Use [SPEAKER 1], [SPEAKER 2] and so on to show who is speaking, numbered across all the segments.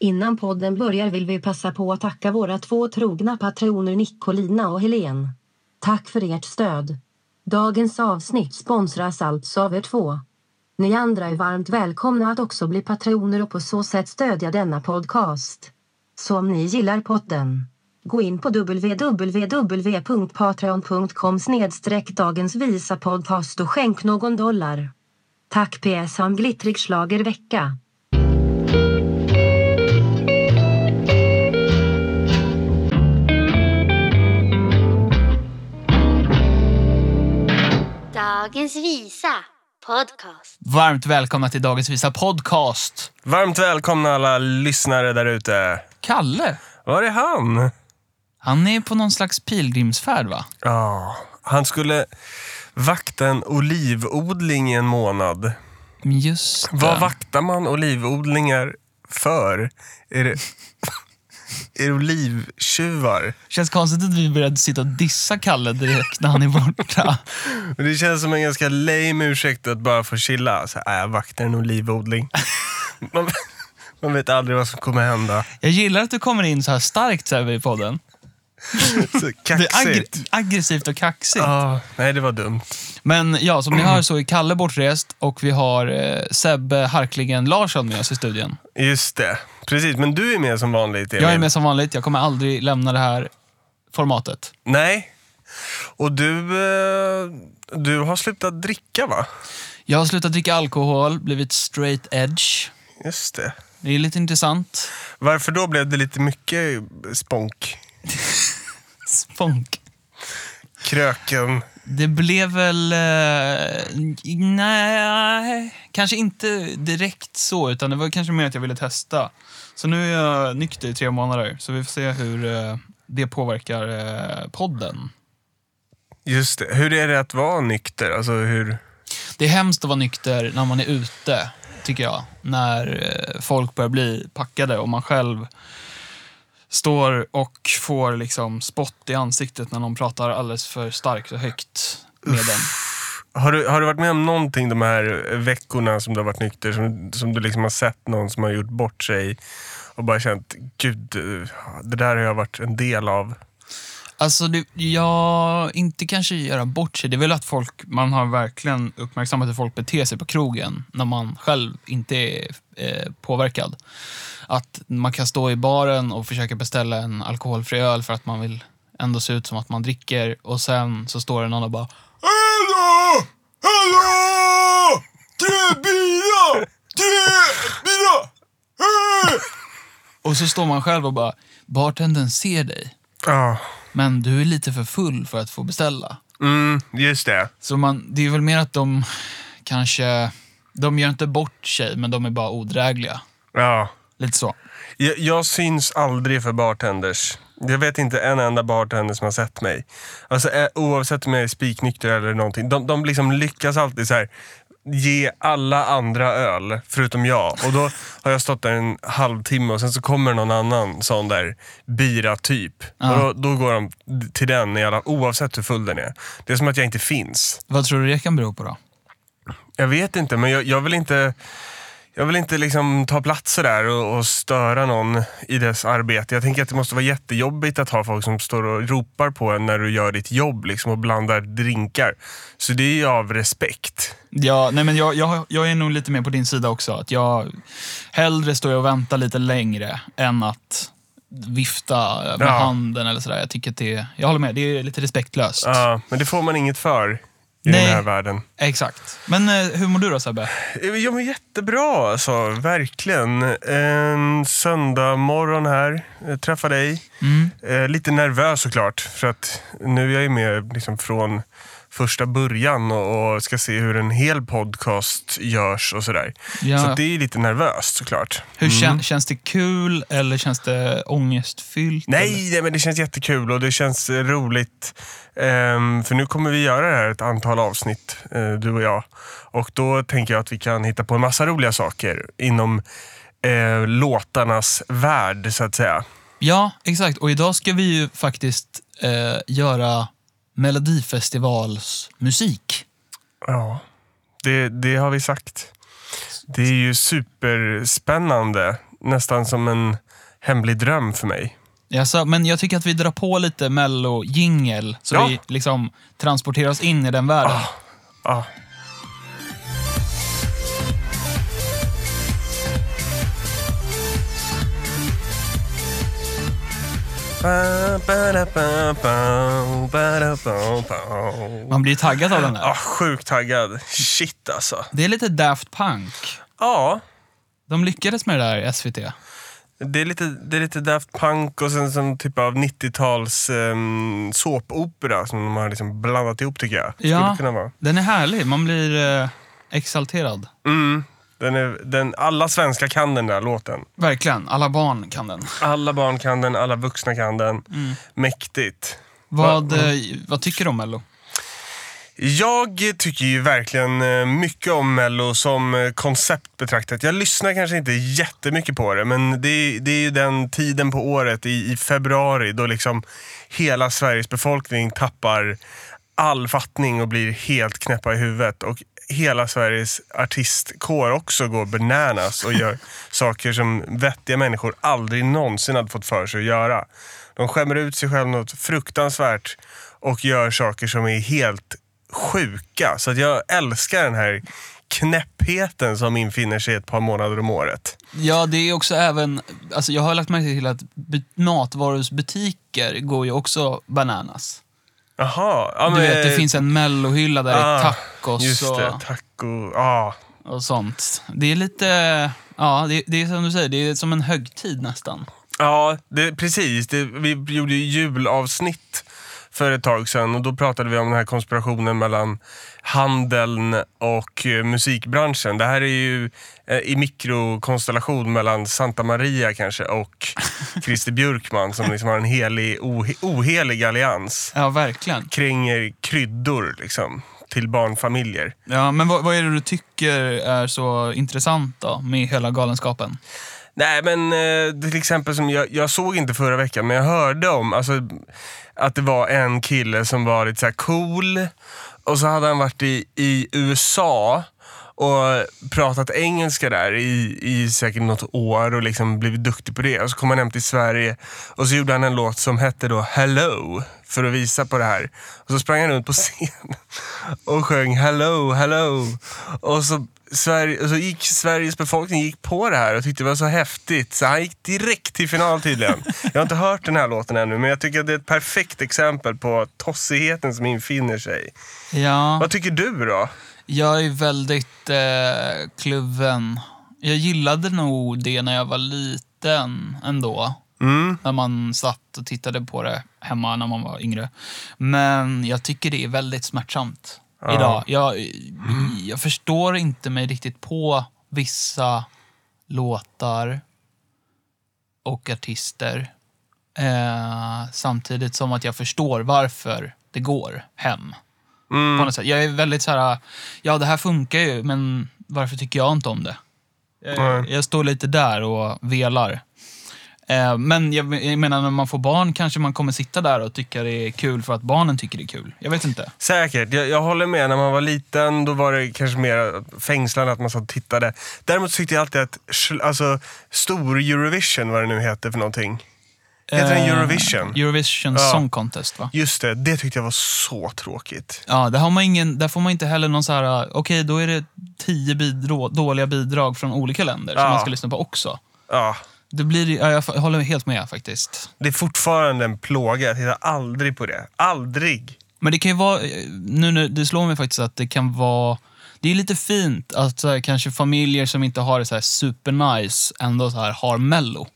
[SPEAKER 1] Innan podden börjar vill vi passa på att tacka våra två trogna patroner Nicolina och Helen. Tack för ert stöd. Dagens avsnitt sponsras alltså av er två. Ni andra är varmt välkomna att också bli patroner och på så sätt stödja denna podcast. Så om ni gillar podden, gå in på www.patreon.com dagens visa podcast och skänk någon dollar. Tack PS om glittrig schlagervecka.
[SPEAKER 2] Dagens visa podcast.
[SPEAKER 3] Varmt välkomna till dagens visa podcast.
[SPEAKER 4] Varmt välkomna alla lyssnare där ute.
[SPEAKER 3] Kalle,
[SPEAKER 4] Var är han?
[SPEAKER 3] han är på någon slags pilgrimsfärd va?
[SPEAKER 4] Ja, han skulle vakta en olivodling i en månad.
[SPEAKER 3] Men Just det.
[SPEAKER 4] Vad vaktar man olivodlingar för? Är det, är det olivtjuvar?
[SPEAKER 3] Känns konstigt att vi började sitta och dissa Kalle direkt när han är borta.
[SPEAKER 4] Men Det känns som en ganska lame ursäkt att bara få chilla. Så här, äh, jag vaktar en olivodling. Man, man vet aldrig vad som kommer hända.
[SPEAKER 3] Jag gillar att du kommer in så här starkt så här i podden.
[SPEAKER 4] Så
[SPEAKER 3] Det är
[SPEAKER 4] kaxigt.
[SPEAKER 3] aggr- aggressivt och kaxigt.
[SPEAKER 4] Ja, nej, det var dumt.
[SPEAKER 3] Men ja, som ni hör så är Kalle bortrest och vi har eh, Sebbe Harklingen Larsson med oss i studion.
[SPEAKER 4] Just det. Precis, men du är med som vanligt, Emil.
[SPEAKER 3] Jag är med som vanligt, jag kommer aldrig lämna det här formatet.
[SPEAKER 4] Nej. Och du, eh, du har slutat dricka va?
[SPEAKER 3] Jag har slutat dricka alkohol, blivit straight edge.
[SPEAKER 4] Just det.
[SPEAKER 3] Det är lite intressant.
[SPEAKER 4] Varför då blev det lite mycket sponk?
[SPEAKER 3] Spånk.
[SPEAKER 4] Kröken.
[SPEAKER 3] Det blev väl... Eh, nej, kanske inte direkt så, utan det var kanske mer att jag ville testa. Så nu är jag nykter i tre månader, så vi får se hur eh, det påverkar eh, podden.
[SPEAKER 4] Just det. Hur är det att vara nykter? Alltså hur...
[SPEAKER 3] Det är hemskt att vara nykter när man är ute, tycker jag. När eh, folk börjar bli packade och man själv står och får liksom spott i ansiktet när någon pratar alldeles för starkt och högt med den.
[SPEAKER 4] Har du, har du varit med om någonting de här veckorna som du har varit nykter? Som, som du liksom har sett någon som har gjort bort sig och bara känt, gud, eh, det där har jag varit en del av.
[SPEAKER 3] Alltså, det, jag inte kanske göra bort sig. Det är väl att folk, man har verkligen uppmärksammat hur folk beter sig på krogen när man själv inte är eh, påverkad. Att man kan stå i baren och försöka beställa en alkoholfri öl för att man vill ändå se ut som att man dricker och sen så står det någon och bara
[SPEAKER 4] Hallå! Hallå! Tre bilar! Tre bilar!
[SPEAKER 3] och så står man själv och bara bartendern ser dig
[SPEAKER 4] Ja,
[SPEAKER 3] men du är lite för full för att få beställa.
[SPEAKER 4] mm, just det.
[SPEAKER 3] Så man, det är väl mer att de kanske, de gör inte bort sig men de är bara odrägliga.
[SPEAKER 4] Ja.
[SPEAKER 3] Lite så.
[SPEAKER 4] Jag, jag syns aldrig för bartenders. Jag vet inte en enda bartender som har sett mig. Alltså, eh, oavsett om jag är spiknykter eller någonting. De, de liksom lyckas alltid så här, ge alla andra öl, förutom jag. Och Då har jag stått där en halvtimme och sen så kommer någon annan sån där bira-typ. Och då, då går de till den, i alla, oavsett hur full den är. Det är som att jag inte finns.
[SPEAKER 3] Vad tror du det kan bero på då?
[SPEAKER 4] Jag vet inte, men jag, jag vill inte jag vill inte liksom ta platser där och, och störa någon i dess arbete. Jag tänker att det måste vara jättejobbigt att ha folk som står och ropar på en när du gör ditt jobb liksom, och blandar drinkar. Så det är ju av respekt.
[SPEAKER 3] Ja, nej men jag, jag, jag är nog lite mer på din sida också. Att jag Hellre står jag och väntar lite längre än att vifta med
[SPEAKER 4] Ja.
[SPEAKER 3] handen eller sådär. Jag tycker att det Jag håller med, det är lite respektlöst.
[SPEAKER 4] Ja, men det får man inget för i
[SPEAKER 3] Nej.
[SPEAKER 4] den här världen.
[SPEAKER 3] Exakt. Men eh, hur mår du då Sebbe?
[SPEAKER 4] Jag mår Eh, jättebra alltså, verkligen. En söndag morgon här, eh, träffa dig. Eh, lite nervös såklart, för att nu är jag ju med liksom från första början och, och ska se hur en hel podcast görs och sådär.
[SPEAKER 3] Ja.
[SPEAKER 4] Så det är lite nervöst såklart.
[SPEAKER 3] Hur kän, känns det kul eller känns det ångestfyllt? eller?
[SPEAKER 4] Nej, nej, men det känns jättekul och det känns eh, roligt. Ehm, för nu kommer vi göra det här ett antal avsnitt, eh, du och jag. Och då tänker jag att vi kan hitta på en massa roliga saker inom eh, låtarnas värld, så att säga.
[SPEAKER 3] Ja, exakt. Och idag ska vi ju faktiskt eh, göra Melodifestivalsmusik.
[SPEAKER 4] Ja, det, det har vi sagt. Det är ju superspännande nästan som en hemlig dröm för mig.
[SPEAKER 3] Jaså, men jag tycker att vi drar på lite mello-jingel så
[SPEAKER 4] Ja.
[SPEAKER 3] vi liksom transporterar oss in i den världen.
[SPEAKER 4] Ah. Ba, ba, da, ba, ba, ba, da, ba, ba.
[SPEAKER 3] Man blir ju taggad av den där.
[SPEAKER 4] Ah, sjukt taggad. Shit alltså.
[SPEAKER 3] Det är lite Daft Punk.
[SPEAKER 4] Ja,
[SPEAKER 3] De lyckades med det där i SVT.
[SPEAKER 4] det är lite, det är lite Daft Punk och sen som typ av 90-tals um, såpopera som de har liksom blandat ihop tycker jag. Skulle
[SPEAKER 3] Ja.
[SPEAKER 4] kunna vara.
[SPEAKER 3] Den är härlig. Man blir eh, exalterad.
[SPEAKER 4] Mm. Den är, den, alla svenskar kan den där låten.
[SPEAKER 3] Verkligen. Alla barn kan den.
[SPEAKER 4] Alla barn kan den, alla vuxna kan den. Mäktigt.
[SPEAKER 3] Vad, eh, vad tycker du om Mello?
[SPEAKER 4] Jag tycker ju verkligen eh, mycket om Mello som eh, koncept betraktat. Jag lyssnar kanske inte jättemycket på det, men det är, det är ju den tiden på året i, i februari då liksom hela Sveriges befolkning tappar all fattning och blir helt knäppa i huvudet. Och hela Sveriges artistkår också går bananas och gör saker som vettiga människor aldrig någonsin hade fått för sig att göra. De skämmer ut sig själva något fruktansvärt och gör saker som är helt sjuka. Så att jag älskar den här knäppheten som infinner sig ett par månader om året.
[SPEAKER 3] Ja, det är också även... Alltså jag har lagt märke till att by- matvarusbutiker går ju också bananas.
[SPEAKER 4] Jaha. Ja,
[SPEAKER 3] Du vet, det
[SPEAKER 4] eh,
[SPEAKER 3] finns en mellohylla där det är
[SPEAKER 4] ah,
[SPEAKER 3] tacos
[SPEAKER 4] Just
[SPEAKER 3] och,
[SPEAKER 4] det, taco. Ja,
[SPEAKER 3] och sånt. Det är lite... Ja, det, det är som du säger, det är som en högtid nästan.
[SPEAKER 4] Ja, det, precis. Det, vi gjorde ju julavsnitt för ett tag sedan och då pratade vi om den här konspirationen mellan handeln och eh, musikbranschen. Det här är ju eh, i mikrokonstellation mellan Santa Maria kanske och Christer Björkman som liksom har en helig, ohe, ohelig allians
[SPEAKER 3] Ja, verkligen.
[SPEAKER 4] kring eh, kryddor liksom, till barnfamiljer.
[SPEAKER 3] Ja, men vad, vad är det du tycker är så intressant då med hela galenskapen?
[SPEAKER 4] Nej, men eh, till exempel som jag, jag såg inte förra veckan, men jag hörde om alltså, att det var en kille som var lite så här cool och så hade han varit i, i USA och pratat engelska där i, i säkert något år och liksom blivit duktig på det. Och så kom han hem till Sverige och så gjorde han en låt som hette då Hello för att visa på det här. Och så sprang han runt på scen och sjöng Hello, hello. Och så, Sverige, och så gick Sveriges befolkning gick på det här och tyckte det var så häftigt så han gick direkt till final tydligen. Jag har inte hört den här låten ännu men jag tycker att det är ett perfekt exempel på tossigheten som infinner sig.
[SPEAKER 3] Ja,
[SPEAKER 4] Vad tycker du då?
[SPEAKER 3] jag är väldigt eh, kluven. Jag gillade nog det när jag var liten ändå.
[SPEAKER 4] Mm.
[SPEAKER 3] När man satt och tittade på det hemma när man var yngre. Men jag tycker det är väldigt smärtsamt
[SPEAKER 4] Ja.
[SPEAKER 3] idag. Jag, jag förstår inte mig riktigt på vissa låtar och artister. Eh, samtidigt som att jag förstår varför det går hem.
[SPEAKER 4] Mm.
[SPEAKER 3] På något sätt. Jag är väldigt så här, ja det här funkar ju, men varför tycker jag inte om det? Jag,
[SPEAKER 4] Nej.
[SPEAKER 3] jag står lite där och velar. Eh, Men jag, jag menar, när man får barn kanske man kommer sitta där och tycka det är kul för att barnen tycker det är kul. Jag vet inte.
[SPEAKER 4] Säkert, jag, jag håller med. När man var liten då var det kanske mer fängslande att man satt och tittade. Däremot tyckte jag alltid att schl- alltså, stor Eurovision, vad det nu heter för någonting. Heter den
[SPEAKER 3] Eh,
[SPEAKER 4] Eurovision?
[SPEAKER 3] Eurovision
[SPEAKER 4] Ja.
[SPEAKER 3] Song Contest, va?
[SPEAKER 4] Just det, det tyckte jag var så tråkigt.
[SPEAKER 3] Ja, där, har man ingen, där får man inte heller någon så här, eh, okej då är det tio bidra, dåliga bidrag från olika länder som
[SPEAKER 4] Ja.
[SPEAKER 3] man ska lyssna på också.
[SPEAKER 4] Ja,
[SPEAKER 3] Det blir, ja, jag f- håller helt med faktiskt.
[SPEAKER 4] det är fortfarande en plåga. Jag tittar aldrig på det. Aldrig!
[SPEAKER 3] Men det kan ju vara, eh, nu, nu det slår mig faktiskt att det kan vara, det är lite fint att så här, kanske familjer som inte har det så här supernice ändå så här, har mello.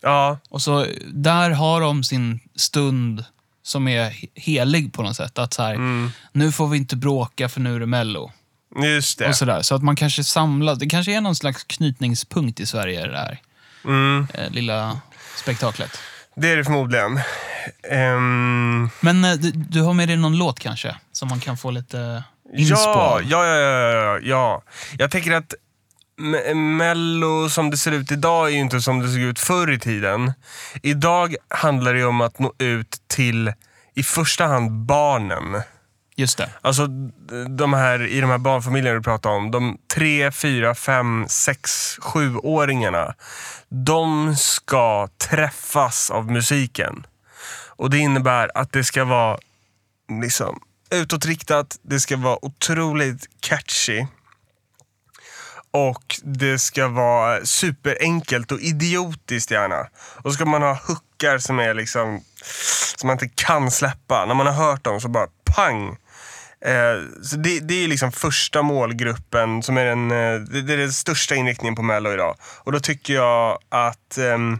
[SPEAKER 4] Ja,
[SPEAKER 3] Och så där har de sin stund som är he- helig på något sätt. Att så här,
[SPEAKER 4] Mm.
[SPEAKER 3] nu får vi inte bråka för nu är det mello.
[SPEAKER 4] just det.
[SPEAKER 3] Och så, där. så att man kanske samlas, det kanske är någon slags knytningspunkt i Sverige det där
[SPEAKER 4] Mm,
[SPEAKER 3] eh, lilla spektaklet.
[SPEAKER 4] det är det förmodligen. Ehm,
[SPEAKER 3] Men eh, du, du har med dig någon låt kanske, som man kan få lite inspo
[SPEAKER 4] ja,
[SPEAKER 3] av?
[SPEAKER 4] ja, ja, ja, ja. Jag tänker att Me- Mello som det ser ut idag är ju inte som det såg ut förr i tiden. Idag handlar det ju om att nå ut till i första hand barnen.
[SPEAKER 3] Just det.
[SPEAKER 4] Alltså d- de här, i de här barnfamiljerna du pratar om, de tre, fyra, fem, sex, sjuåringarna. De ska träffas av musiken. Och det innebär att det ska vara liksom utåtriktat, det ska vara otroligt catchy. Och det ska vara superenkelt och idiotiskt gärna. Och så ska man ha hookar som är liksom som man inte kan släppa. När man har hört dem så bara pang! Eh, så det, det är liksom första målgruppen som är den, eh, det, det är den största inriktningen på Mello idag. Och då tycker jag att ehm,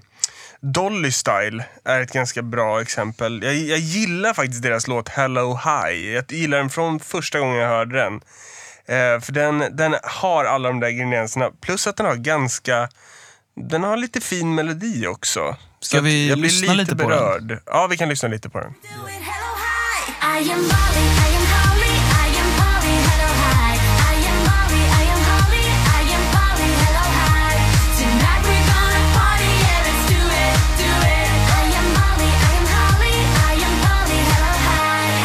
[SPEAKER 4] Dolly Style är ett ganska bra exempel. Jag, jag gillar faktiskt deras låt Hello High. Jag gillar den från första gången jag hörde den. Eh, för den, den har alla de där ingredienserna. Plus att den har ganska... Den har lite fin melodi också.
[SPEAKER 3] Ska
[SPEAKER 4] Så att
[SPEAKER 3] vi
[SPEAKER 4] jag blir
[SPEAKER 3] lyssna lite på den?
[SPEAKER 4] berörd. Ja, vi kan lyssna lite på den.
[SPEAKER 5] I am Molly, I am Holly, I am Polly, hello hi. I am Molly, I am Holly, I am Polly, hello hi. Tonight we're gonna party, yeah, let's do it, do it. I am Molly, I am Holly, I am Polly, hello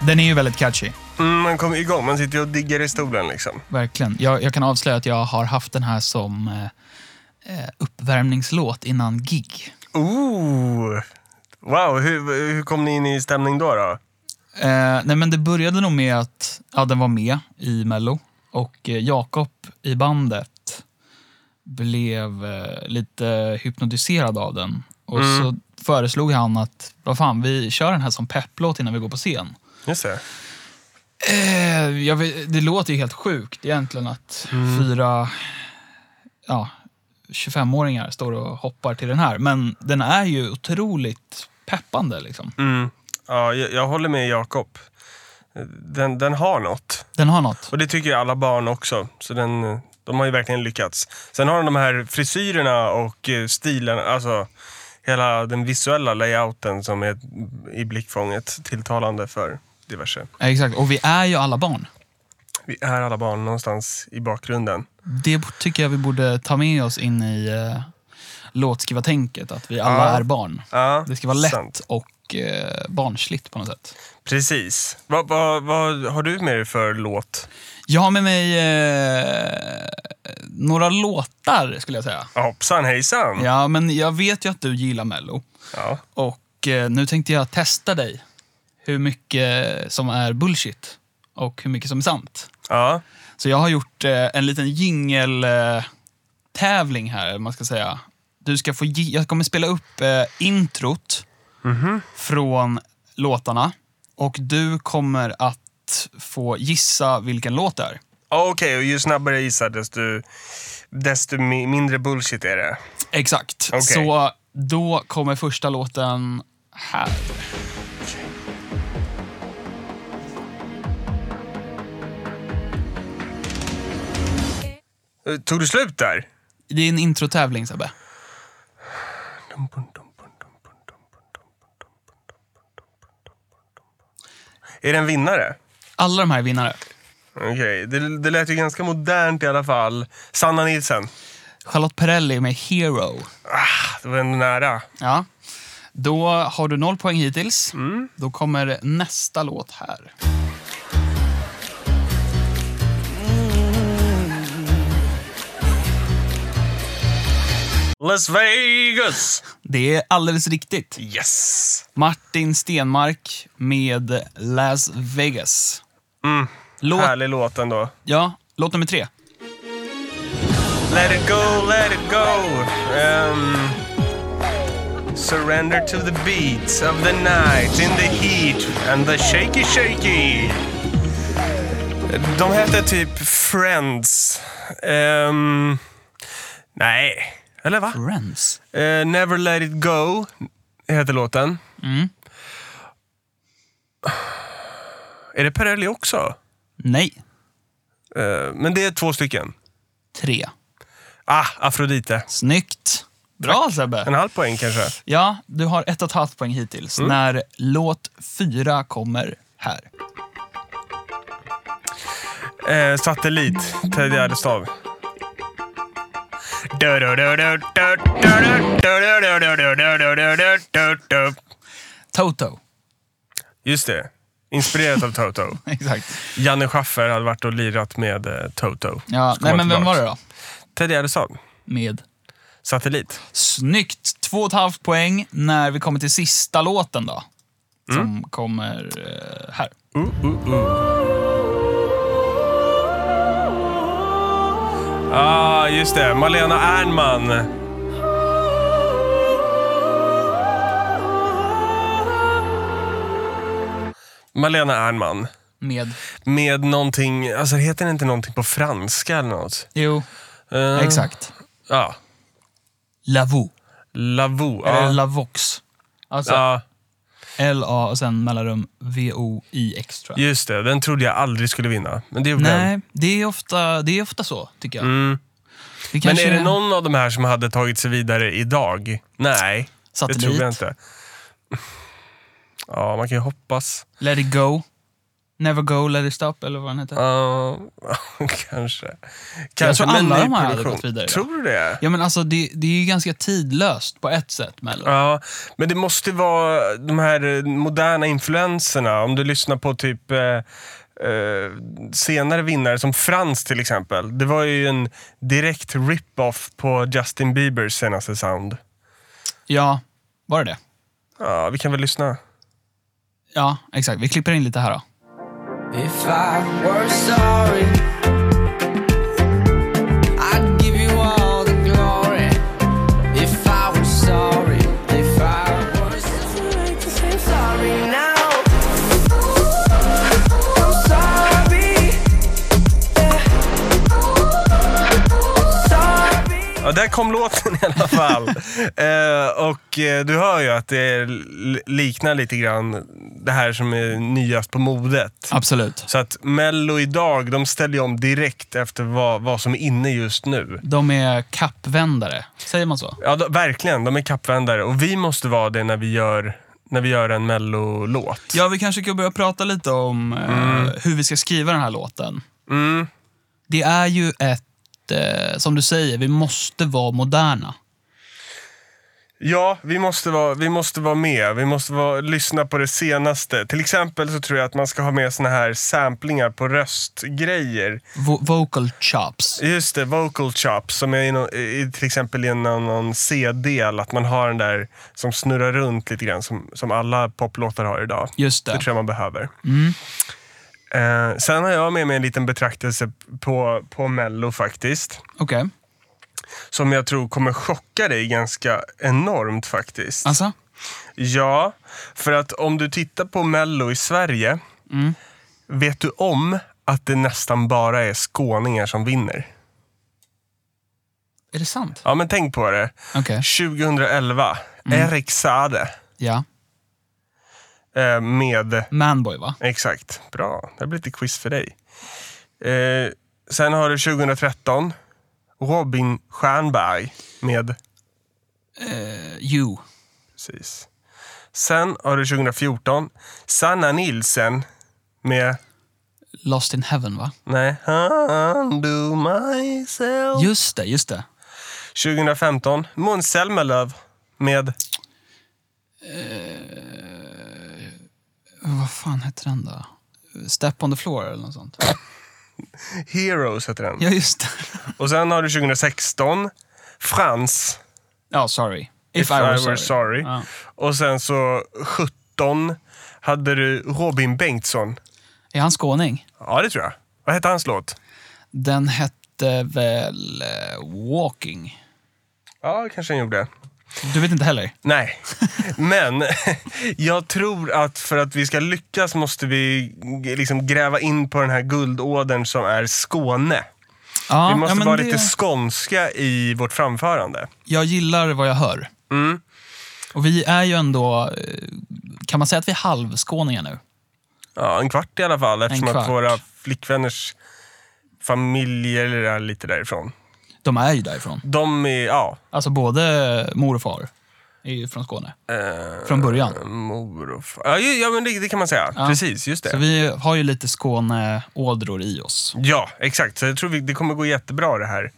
[SPEAKER 5] hi.
[SPEAKER 3] Den är ju väldigt catchy.
[SPEAKER 4] Mm, man kommer igång, man sitter ju och diggar i stolen liksom.
[SPEAKER 3] Verkligen. Jag, jag kan avslöja att jag har haft den här som eh, eh, uppvärmningslåt innan gig.
[SPEAKER 4] Ooh. Wow, hur, hur kom ni in i stämning då? då?
[SPEAKER 3] Eh, nej, men det började nog med att ja, den var med i Mello och eh, Jakob i bandet blev eh, lite hypnotiserad av den. Och så föreslog han att vad fan, vi kör den här som pepplåt innan vi går på scen.
[SPEAKER 4] Just det.
[SPEAKER 3] Eh, jag vet, det låter ju helt sjukt egentligen att fyra ja, 25-åringar står och hoppar till den här. Men den är ju otroligt peppande. Liksom.
[SPEAKER 4] Mm. Ja, jag, jag håller med Jakob. Den, den har något.
[SPEAKER 3] Den har något.
[SPEAKER 4] Och det tycker ju alla barn också. Så den, de har ju verkligen lyckats. Sen har de de här frisyrerna och eh, stilen, alltså hela den visuella layouten som är i blickfånget tilltalande för diverse.
[SPEAKER 3] Ja, exakt. Och vi är ju alla barn.
[SPEAKER 4] Vi är alla barn någonstans i bakgrunden.
[SPEAKER 3] Det b- tycker jag vi borde ta med oss in i eh, låtskrivartänket, att vi alla
[SPEAKER 4] Ja.
[SPEAKER 3] är barn.
[SPEAKER 4] Ja,
[SPEAKER 3] Det ska vara lätt
[SPEAKER 4] sant.
[SPEAKER 3] och eh, barnsligt på något sätt.
[SPEAKER 4] Precis. Vad vad- vad har du med dig för låt?
[SPEAKER 3] Jag har med mig eh, några låtar, skulle jag säga.
[SPEAKER 4] Ja, Hoppsan hejsan!
[SPEAKER 3] Ja, men jag vet ju att du gillar Mello.
[SPEAKER 4] Ja.
[SPEAKER 3] Och eh, nu tänkte jag testa dig. Hur mycket som är bullshit och hur mycket som är sant.
[SPEAKER 4] Ja.
[SPEAKER 3] Så jag har gjort eh, en liten jingeltävling här, eller vad man ska säga. Du ska få, gi- jag kommer spela upp eh, introt från låtarna och du kommer att få gissa vilken låt det är.
[SPEAKER 4] Okej, och ju snabbare jag gissar desto, desto mi- mindre bullshit är det.
[SPEAKER 3] Exakt.
[SPEAKER 4] Okej.
[SPEAKER 3] Så då kommer första låten här.
[SPEAKER 4] Eh, Tog du slut där?
[SPEAKER 3] Det är en introtävling, Sebbe.
[SPEAKER 4] Är det en vinnare?
[SPEAKER 3] Alla de här är vinnare.
[SPEAKER 4] Okej, det, det lät ju ganska modernt i alla fall. Sanna Nilsen.
[SPEAKER 3] Charlotte Perrelli med Hero.
[SPEAKER 4] Det var ändå nära.
[SPEAKER 3] Ja. Då har du noll poäng hittills. Då kommer nästa låt här.
[SPEAKER 4] Las Vegas!
[SPEAKER 3] Det är alldeles riktigt.
[SPEAKER 4] Yes!
[SPEAKER 3] Martin Stenmark med Las Vegas.
[SPEAKER 4] Mm.
[SPEAKER 3] Låt,
[SPEAKER 4] Härlig låt ändå.
[SPEAKER 3] ja, låt nummer tre.
[SPEAKER 4] Let it go, let it go. Um, surrender to the beats of the night in the heat and the shaky shaky. De hette typ Friends. Ehm, nej, eller va?
[SPEAKER 3] Friends.
[SPEAKER 4] Eh, Never let it go heter låten.
[SPEAKER 3] Mm.
[SPEAKER 4] Är det Perrelli också?
[SPEAKER 3] Nej,
[SPEAKER 4] Eh, men det är två stycken.
[SPEAKER 3] tre.
[SPEAKER 4] Ah, Afrodite.
[SPEAKER 3] Snyggt. Bra
[SPEAKER 4] En
[SPEAKER 3] Sebbe.
[SPEAKER 4] halv poäng kanske.
[SPEAKER 3] Ja, du har ett och ett halvt poäng hittills.
[SPEAKER 4] Mm.
[SPEAKER 3] När låt fyra kommer här.
[SPEAKER 4] Eh, satellit, Ted Gärdestad. Du-du-du-du-du-du-du-du-du-du-du-du-du-du-du-du-du.
[SPEAKER 3] Toto.
[SPEAKER 4] Just det. Inspirerat av Toto.
[SPEAKER 3] Exakt.
[SPEAKER 4] Janne Schaffer hade varit och lirat med eh, Toto.
[SPEAKER 3] Ja,
[SPEAKER 4] Ska
[SPEAKER 3] nej,
[SPEAKER 4] komma
[SPEAKER 3] men vem
[SPEAKER 4] tillbaks.
[SPEAKER 3] var det då?
[SPEAKER 4] Ted Gärdestad.
[SPEAKER 3] Med.
[SPEAKER 4] Satellit.
[SPEAKER 3] Snyggt! Två och ett halvt poäng när vi kommer till sista låten då. Som
[SPEAKER 4] Mm.
[SPEAKER 3] kommer eh, här.
[SPEAKER 4] Uh, uh, uh. Ah, just det. Malena Ernman. Malena Ernman.
[SPEAKER 3] Med.
[SPEAKER 4] Med någonting, alltså heter det inte någonting på franska eller något?
[SPEAKER 3] Jo,
[SPEAKER 4] Eh,
[SPEAKER 3] exakt.
[SPEAKER 4] Ja.
[SPEAKER 3] Lavo.
[SPEAKER 4] Lavou.
[SPEAKER 3] Eller
[SPEAKER 4] Ja.
[SPEAKER 3] Lavox. Alltså
[SPEAKER 4] ja,
[SPEAKER 3] L-A och sen mellanrum V-O-I-X tror jag.
[SPEAKER 4] just det. Den trodde jag aldrig skulle vinna. Men det gjorde den.
[SPEAKER 3] Nej, det är, ofta, det är ofta så tycker jag. Vi
[SPEAKER 4] Mm. Men
[SPEAKER 3] kanske-
[SPEAKER 4] är det någon av de här som hade tagit sig vidare idag? Nej, det tror
[SPEAKER 3] Satellit,
[SPEAKER 4] jag inte. Ja, man kan ju hoppas.
[SPEAKER 3] Let it go, Never go, Let it stop eller vad den heter.
[SPEAKER 4] Ja, kanske. kanske.
[SPEAKER 3] tror
[SPEAKER 4] men
[SPEAKER 3] alla
[SPEAKER 4] ny
[SPEAKER 3] de här hade
[SPEAKER 4] produktion.
[SPEAKER 3] gått vidare idag.
[SPEAKER 4] Tror du det?
[SPEAKER 3] Ja, men alltså, det, det är ju ganska tidlöst på ett sätt. Mello.
[SPEAKER 4] Ja, men det måste vara de här eh, moderna influenserna. Om du lyssnar på typ eh, eh, senare vinnare som Frans till exempel. Det var ju en direkt rip-off på Justin Biebers senaste sound.
[SPEAKER 3] Ja, var det det?
[SPEAKER 4] Ja, vi kan väl lyssna.
[SPEAKER 3] Ja, exakt. Vi klipper in lite här då.
[SPEAKER 6] If I were sorry, I'd give you all the glory. If I were sorry, if I were sorry, just say sorry now. I'm sorry. Yeah. Sorry.
[SPEAKER 4] Ja, där kom låten i alla fall. eh, och eh, du hör ju att det l- liknar lite grann det här som är nyast på modet.
[SPEAKER 3] Absolut.
[SPEAKER 4] Så att Mello idag, de ställer ju om direkt efter vad, vad som är inne just nu.
[SPEAKER 3] De är kappvändare. Säger man så?
[SPEAKER 4] Ja, då, verkligen. De är kappvändare. Och vi måste vara det när vi gör, när vi gör en Mello-låt.
[SPEAKER 3] Ja, vi kanske kan börja prata lite om eh, hur vi ska skriva den här låten.
[SPEAKER 4] Mm.
[SPEAKER 3] Det är ju ett, eh, som du säger, vi måste vara moderna.
[SPEAKER 4] Ja, vi måste, vara, vi måste vara med. Vi måste vara, lyssna på det senaste. Till exempel så tror jag att man ska ha med såna här samplingar på röstgrejer.
[SPEAKER 3] Vo- vocal chops.
[SPEAKER 4] Just det, vocal chops som är i någon, i, till exempel i en annan CD. Att man har den där som snurrar runt lite grann som, som alla poplåtar har idag.
[SPEAKER 3] Just
[SPEAKER 4] Det
[SPEAKER 3] det.
[SPEAKER 4] tror jag man behöver. Eh, sen har jag med mig en liten betraktelse på, på Mello faktiskt.
[SPEAKER 3] Okej.
[SPEAKER 4] Som jag tror kommer chocka dig ganska enormt faktiskt.
[SPEAKER 3] Alltså?
[SPEAKER 4] Ja, för att om du tittar på Mello i Sverige. Vet du om att det nästan bara är skåningar som vinner?
[SPEAKER 3] Är det sant?
[SPEAKER 4] Ja, men tänk på det.
[SPEAKER 3] Okej.
[SPEAKER 4] 2011, Erik Saade
[SPEAKER 3] Ja.
[SPEAKER 4] eh, med...
[SPEAKER 3] Manboy, va?
[SPEAKER 4] Exakt, bra. Det blir lite quiz för dig. Eh, sen har du 2013, Robin Stjernberg med...
[SPEAKER 3] Eh, you.
[SPEAKER 4] Precis. Sen har du 2014, Sanna Nilsen med...
[SPEAKER 3] Lost in heaven, va?
[SPEAKER 4] Nej, undo myself.
[SPEAKER 3] Just det, just det.
[SPEAKER 4] 2015, Måns Zelmerlöw med...
[SPEAKER 3] Vad fan hette den då? Step on the floor eller något sånt?
[SPEAKER 4] Heroes heter den.
[SPEAKER 3] Ja, just det.
[SPEAKER 4] Och sen har du 2016, Frans
[SPEAKER 3] Ja, sorry. If,
[SPEAKER 4] If I were sorry.
[SPEAKER 3] Ja.
[SPEAKER 4] Och sen så 17 hade du Robin Bengtsson.
[SPEAKER 3] Är han skåning?
[SPEAKER 4] Ja, det tror jag. Vad hette hans låt?
[SPEAKER 3] Den hette väl eh, Walking?
[SPEAKER 4] Ja, kanske han gjorde.
[SPEAKER 3] Du vet inte heller?
[SPEAKER 4] Nej, men jag tror att för att vi ska lyckas måste vi liksom gräva in på den här guldådern som är Skåne.
[SPEAKER 3] Ja,
[SPEAKER 4] Vi måste
[SPEAKER 3] ja, men
[SPEAKER 4] vara
[SPEAKER 3] det-
[SPEAKER 4] lite skånska i vårt framförande.
[SPEAKER 3] Jag gillar vad jag hör.
[SPEAKER 4] Mm.
[SPEAKER 3] Och vi är ju ändå... eh, Kan man säga att vi är halvskåningar nu?
[SPEAKER 4] Ja, en kvart i alla fall eftersom att
[SPEAKER 3] kvart.
[SPEAKER 4] våra flickvänners familjer är lite därifrån.
[SPEAKER 3] De är ju därifrån.
[SPEAKER 4] De är, ja,
[SPEAKER 3] Alltså både mor och far är ju från Skåne. från början.
[SPEAKER 4] eh, Mor och far. Ja, ju- ja men det, det kan man säga. Precis, just
[SPEAKER 3] Så
[SPEAKER 4] det.
[SPEAKER 3] vi har ju lite Skåne-ådror i oss.
[SPEAKER 4] Ja, exakt. Så jag tror vi, det kommer gå jättebra det här.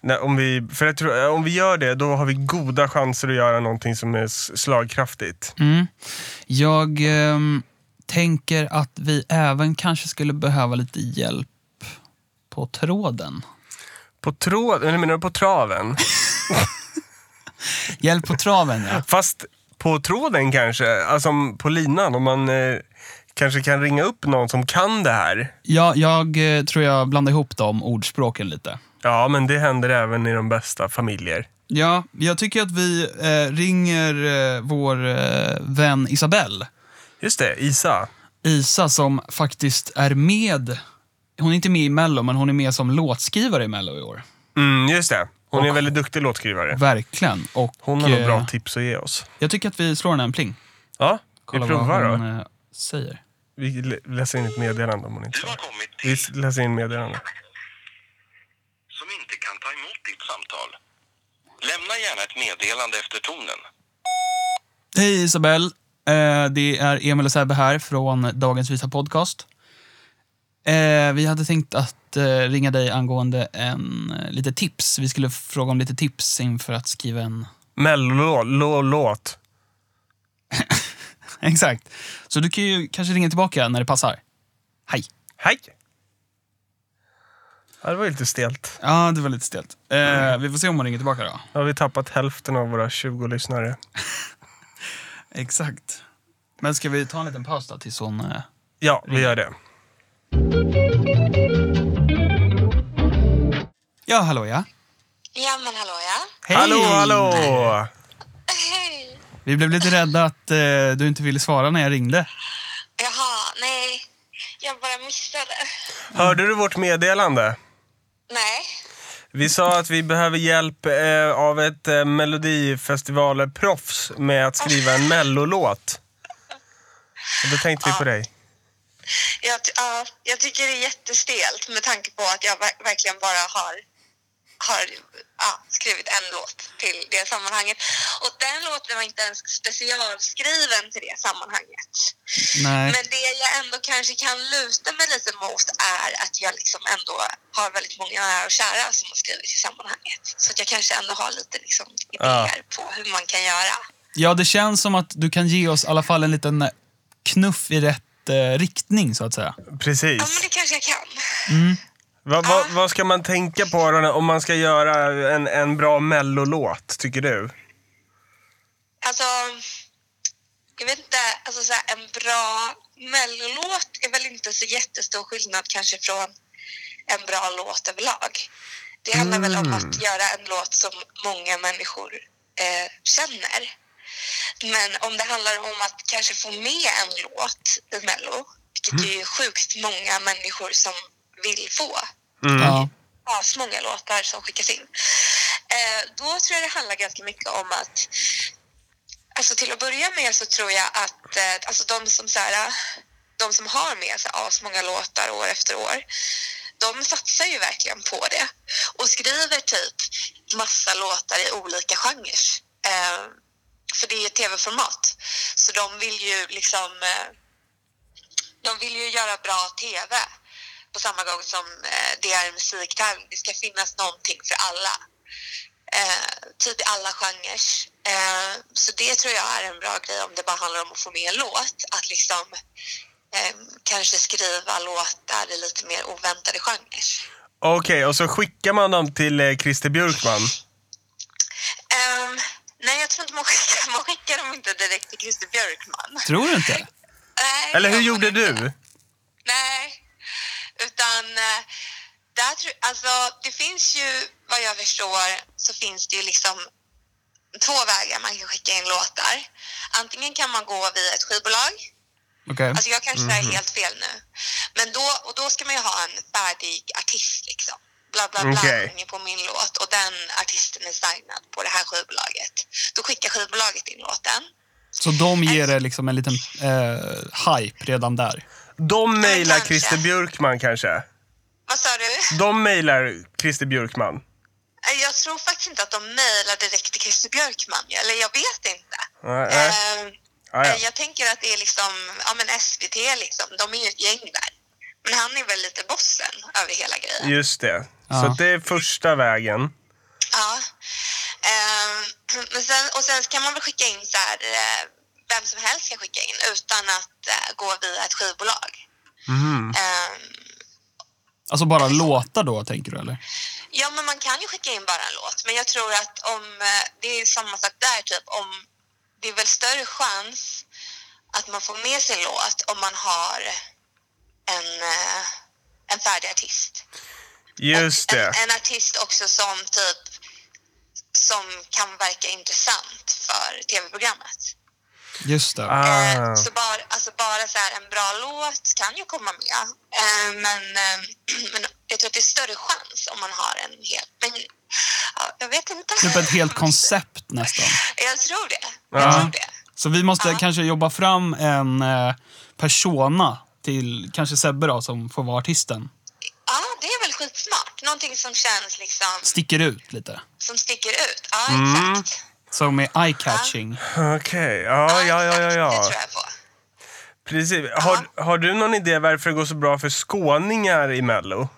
[SPEAKER 4] när, om, vi, för jag tror, eh, om vi gör det, då har vi goda chanser att göra någonting som är s- slagkraftigt.
[SPEAKER 3] Mm. Jag ehm, tänker att vi även kanske skulle behöva lite hjälp på tråden.
[SPEAKER 4] På tråden, eller menar du på traven?
[SPEAKER 3] Hjälp på traven, ja.
[SPEAKER 4] Fast på tråden kanske, alltså om- på linan. Om man eh, kanske kan ringa upp någon som kan det här.
[SPEAKER 3] ja jag eh, tror jag blandar ihop de ordspråken lite.
[SPEAKER 4] Ja, men det händer även i de bästa familjer.
[SPEAKER 3] Ja, jag tycker att vi eh, ringer eh, vår eh, vän Isabelle.
[SPEAKER 4] Just det, Isa.
[SPEAKER 3] Isa som faktiskt är med. Hon är inte med i Mello, men hon är med som låtskrivare i Mello i år.
[SPEAKER 4] Mm, just det. Hon är en väldigt duktig låtskrivare.
[SPEAKER 3] Verkligen. Och,
[SPEAKER 4] Hon har nog
[SPEAKER 3] eh,
[SPEAKER 4] bra tips att ge oss.
[SPEAKER 3] Jag tycker att vi slår henne en pling.
[SPEAKER 4] Ja,
[SPEAKER 3] Kolla
[SPEAKER 4] vi provar
[SPEAKER 3] vad
[SPEAKER 4] då.
[SPEAKER 3] hon eh, säger.
[SPEAKER 4] Vi lä- läser in ett meddelande om hon inte
[SPEAKER 7] Du har
[SPEAKER 4] svarar.
[SPEAKER 7] kommit
[SPEAKER 4] Vi
[SPEAKER 7] till
[SPEAKER 4] s- läser in meddelande.
[SPEAKER 7] som inte kan ta emot ditt samtal. Lämna gärna ett meddelande efter tonen.
[SPEAKER 3] Hej Isabel. Eh, det är Emil och Sebbe här från Dagens Visa Podcast. Eh, vi hade tänkt att eh, ringa dig angående en, eh, lite tips. Vi skulle fråga om lite tips inför att skriva en...
[SPEAKER 4] Mellolåt.
[SPEAKER 3] Exakt. Så du kan ju kanske ringa tillbaka när det passar. Hej.
[SPEAKER 4] Hej! Ja, det var ju lite stelt.
[SPEAKER 3] Ja, det var lite stelt. Eh, vi får se om hon ringer tillbaka då.
[SPEAKER 4] Då har vi tappat hälften av våra 20 lyssnare.
[SPEAKER 3] Exakt. Men ska vi ta en liten paus då tills hon... Eh...
[SPEAKER 4] Ja, vi gör det.
[SPEAKER 3] Ja, hallå ja.
[SPEAKER 8] Ja, men hallå ja.
[SPEAKER 3] Hej.
[SPEAKER 4] Hallå, hallå!
[SPEAKER 8] Hej!
[SPEAKER 3] Vi blev lite rädda att eh, du inte ville svara när jag ringde.
[SPEAKER 8] Jaha, nej. Jag bara missade.
[SPEAKER 4] Hörde du vårt meddelande?
[SPEAKER 8] Nej.
[SPEAKER 4] Vi sa att vi behöver hjälp eh, av ett eh, melodifestivalproffs med att skriva en mellolåt. Och då tänkte vi på dig.
[SPEAKER 8] Jag, ty- ja, jag tycker det är jättestelt med tanke på att jag ver- verkligen bara har, har ja, skrivit en låt till det sammanhanget. Och den låten var inte ens specialskriven till det sammanhanget.
[SPEAKER 3] Nej.
[SPEAKER 8] Men det jag ändå kanske kan luta mig lite mot är att jag liksom ändå har väldigt många nära och kära som har skrivit i sammanhanget. Så att jag kanske ändå har lite liksom idéer på hur man kan göra.
[SPEAKER 3] Ja, det känns som att du kan ge oss i alla fall en liten eh, knuff i rätt eh, riktning, så att säga.
[SPEAKER 4] Precis.
[SPEAKER 8] Ja, men det kanske jag kan.
[SPEAKER 4] Va, va, vad ska man tänka på då, när- om man ska göra en, en bra mellolåt, tycker du?
[SPEAKER 8] Alltså, jag vet inte, alltså så här, en bra mellolåt är väl inte så jättestor skillnad kanske från en bra låt överlag. Det handlar väl om att göra en låt som många människor eh, känner. Men om det handlar om att kanske få med en låt i Mello, vilket det är sjukt många människor som vill få,
[SPEAKER 3] Ja.
[SPEAKER 8] asmånga låtar som skickas in. Eh, då tror jag det handlar ganska mycket om att alltså till att börja med så tror jag att eh, alltså de som så här, de som har med sig asmånga låtar år efter år de satsar ju verkligen på det och skriver typ massa låtar i olika genrer. Eh, för det är ju tv-format. Så de vill ju liksom eh, de vill ju göra bra TV på samma gång som eh, det är en musiktävling. Det ska finnas någonting för alla. Eh, typ i alla genrer. Eh, så det tror jag är en bra grej om det bara handlar om att få med en låt. Att liksom eh, kanske skriva låtar i lite mer oväntade genrer.
[SPEAKER 4] Okej, och så skickar man dem till eh, Christer Björkman.
[SPEAKER 8] Ehm, nej, jag tror inte man skickar, man skickar dem inte direkt till Christer Björkman.
[SPEAKER 3] Tror du inte?
[SPEAKER 8] Nej,
[SPEAKER 4] Eller hur
[SPEAKER 8] jag-
[SPEAKER 4] gjorde du?
[SPEAKER 8] Nej, utan eh, där, tror- alltså, det finns ju, vad jag förstår, så finns det ju liksom två vägar man kan skicka in låtar. Antingen kan man gå via ett skivbolag.
[SPEAKER 3] Okej.
[SPEAKER 8] Alltså jag kanske säger helt fel nu. Men då, och då ska man ju ha en färdig artist liksom. Bla, bla, bla
[SPEAKER 4] Okej.
[SPEAKER 8] sjunger på min låt och den artisten är signad på det här skivbolaget. Då skickar skivbolaget in låten.
[SPEAKER 3] Så de ger
[SPEAKER 8] alltså-
[SPEAKER 3] det liksom en liten eh, hype redan där.
[SPEAKER 4] De mejlar
[SPEAKER 8] kanske.
[SPEAKER 4] Christer Björkman kanske?
[SPEAKER 8] Vad sa du?
[SPEAKER 4] De mejlar Christer Björkman.
[SPEAKER 8] Nej, Jag tror faktiskt inte att de mejlar direkt till Christer Björkman, eller jag vet inte.
[SPEAKER 4] Nej, nej.
[SPEAKER 8] Eh,
[SPEAKER 4] Ah, ja.
[SPEAKER 8] eh, Jag tänker att det är liksom, ja men SVT liksom, de är ju ett gäng där. Men han är väl lite bossen över hela grejen.
[SPEAKER 4] Just det.
[SPEAKER 3] Ja.
[SPEAKER 4] Så det är första vägen.
[SPEAKER 8] Ehm, men sen, och sen kan man väl skicka in så här, eh, vem som helst kan skicka in utan att eh, gå via ett skivbolag.
[SPEAKER 4] Mhm.
[SPEAKER 8] Ehm,
[SPEAKER 3] Alltså bara låta då, tänker du eller?
[SPEAKER 8] ja, men man kan ju skicka in bara en låt, men jag tror att om eh, det är samma sak där, typ om det är väl större chans att man får med sin låt om man har en, eh, en färdig artist.
[SPEAKER 4] Just
[SPEAKER 8] en,
[SPEAKER 4] det.
[SPEAKER 8] en artist också som typ som kan verka intressant för tv-programmet.
[SPEAKER 3] Just det.
[SPEAKER 4] Ah.
[SPEAKER 8] Eh, så bara, alltså bara så här en bra låt kan ju komma med. Eh, men, eh, men jag tror att det är större chans om man har en hel... Men, ja, jag vet inte.
[SPEAKER 3] Typ ett helt koncept nästan.
[SPEAKER 8] Jag tror det. Jag
[SPEAKER 4] Ja.
[SPEAKER 8] tror det.
[SPEAKER 3] Så vi måste kanske jobba fram en eh, persona till kanske Sebbe då, som får vara artisten.
[SPEAKER 8] Ja, det är väl skitsmart. Någonting som känns liksom...
[SPEAKER 3] Sticker ut lite.
[SPEAKER 8] Som sticker ut. Ja,
[SPEAKER 4] Mm.
[SPEAKER 8] exakt.
[SPEAKER 3] Som är eye-catching.
[SPEAKER 4] Okej, ja, ja, ja, ja,
[SPEAKER 8] exakt. Det
[SPEAKER 4] ja.
[SPEAKER 8] tror jag på.
[SPEAKER 4] Precis. Har, har du någon idé varför det går så bra för skåningar i Mello?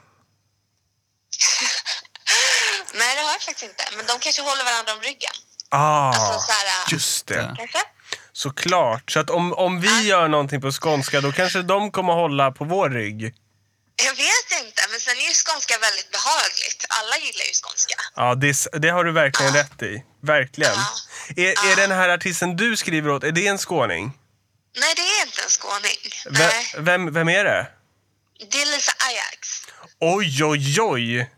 [SPEAKER 8] Nej, det har jag faktiskt inte. Men de kanske håller varandra om ryggen.
[SPEAKER 4] Ah,
[SPEAKER 8] Alltså så här... äh,
[SPEAKER 4] just det.
[SPEAKER 8] Kanske?
[SPEAKER 4] Såklart. Så att om, om vi gör någonting på skånska då kanske de kommer hålla på vår rygg.
[SPEAKER 8] Jag vet inte, men sen är ju skånska väldigt behagligt. Alla gillar ju skånska.
[SPEAKER 4] Ja, det, s- det har du verkligen
[SPEAKER 8] Ah.
[SPEAKER 4] rätt i. Verkligen. Är, är den här artisten du skriver åt, är det en skåning?
[SPEAKER 8] Nej, det är inte en skåning.
[SPEAKER 4] Ve-
[SPEAKER 8] Nej,
[SPEAKER 4] vem, vem är det?
[SPEAKER 8] det är Lisa Ajax.
[SPEAKER 4] Oj, oj, oj!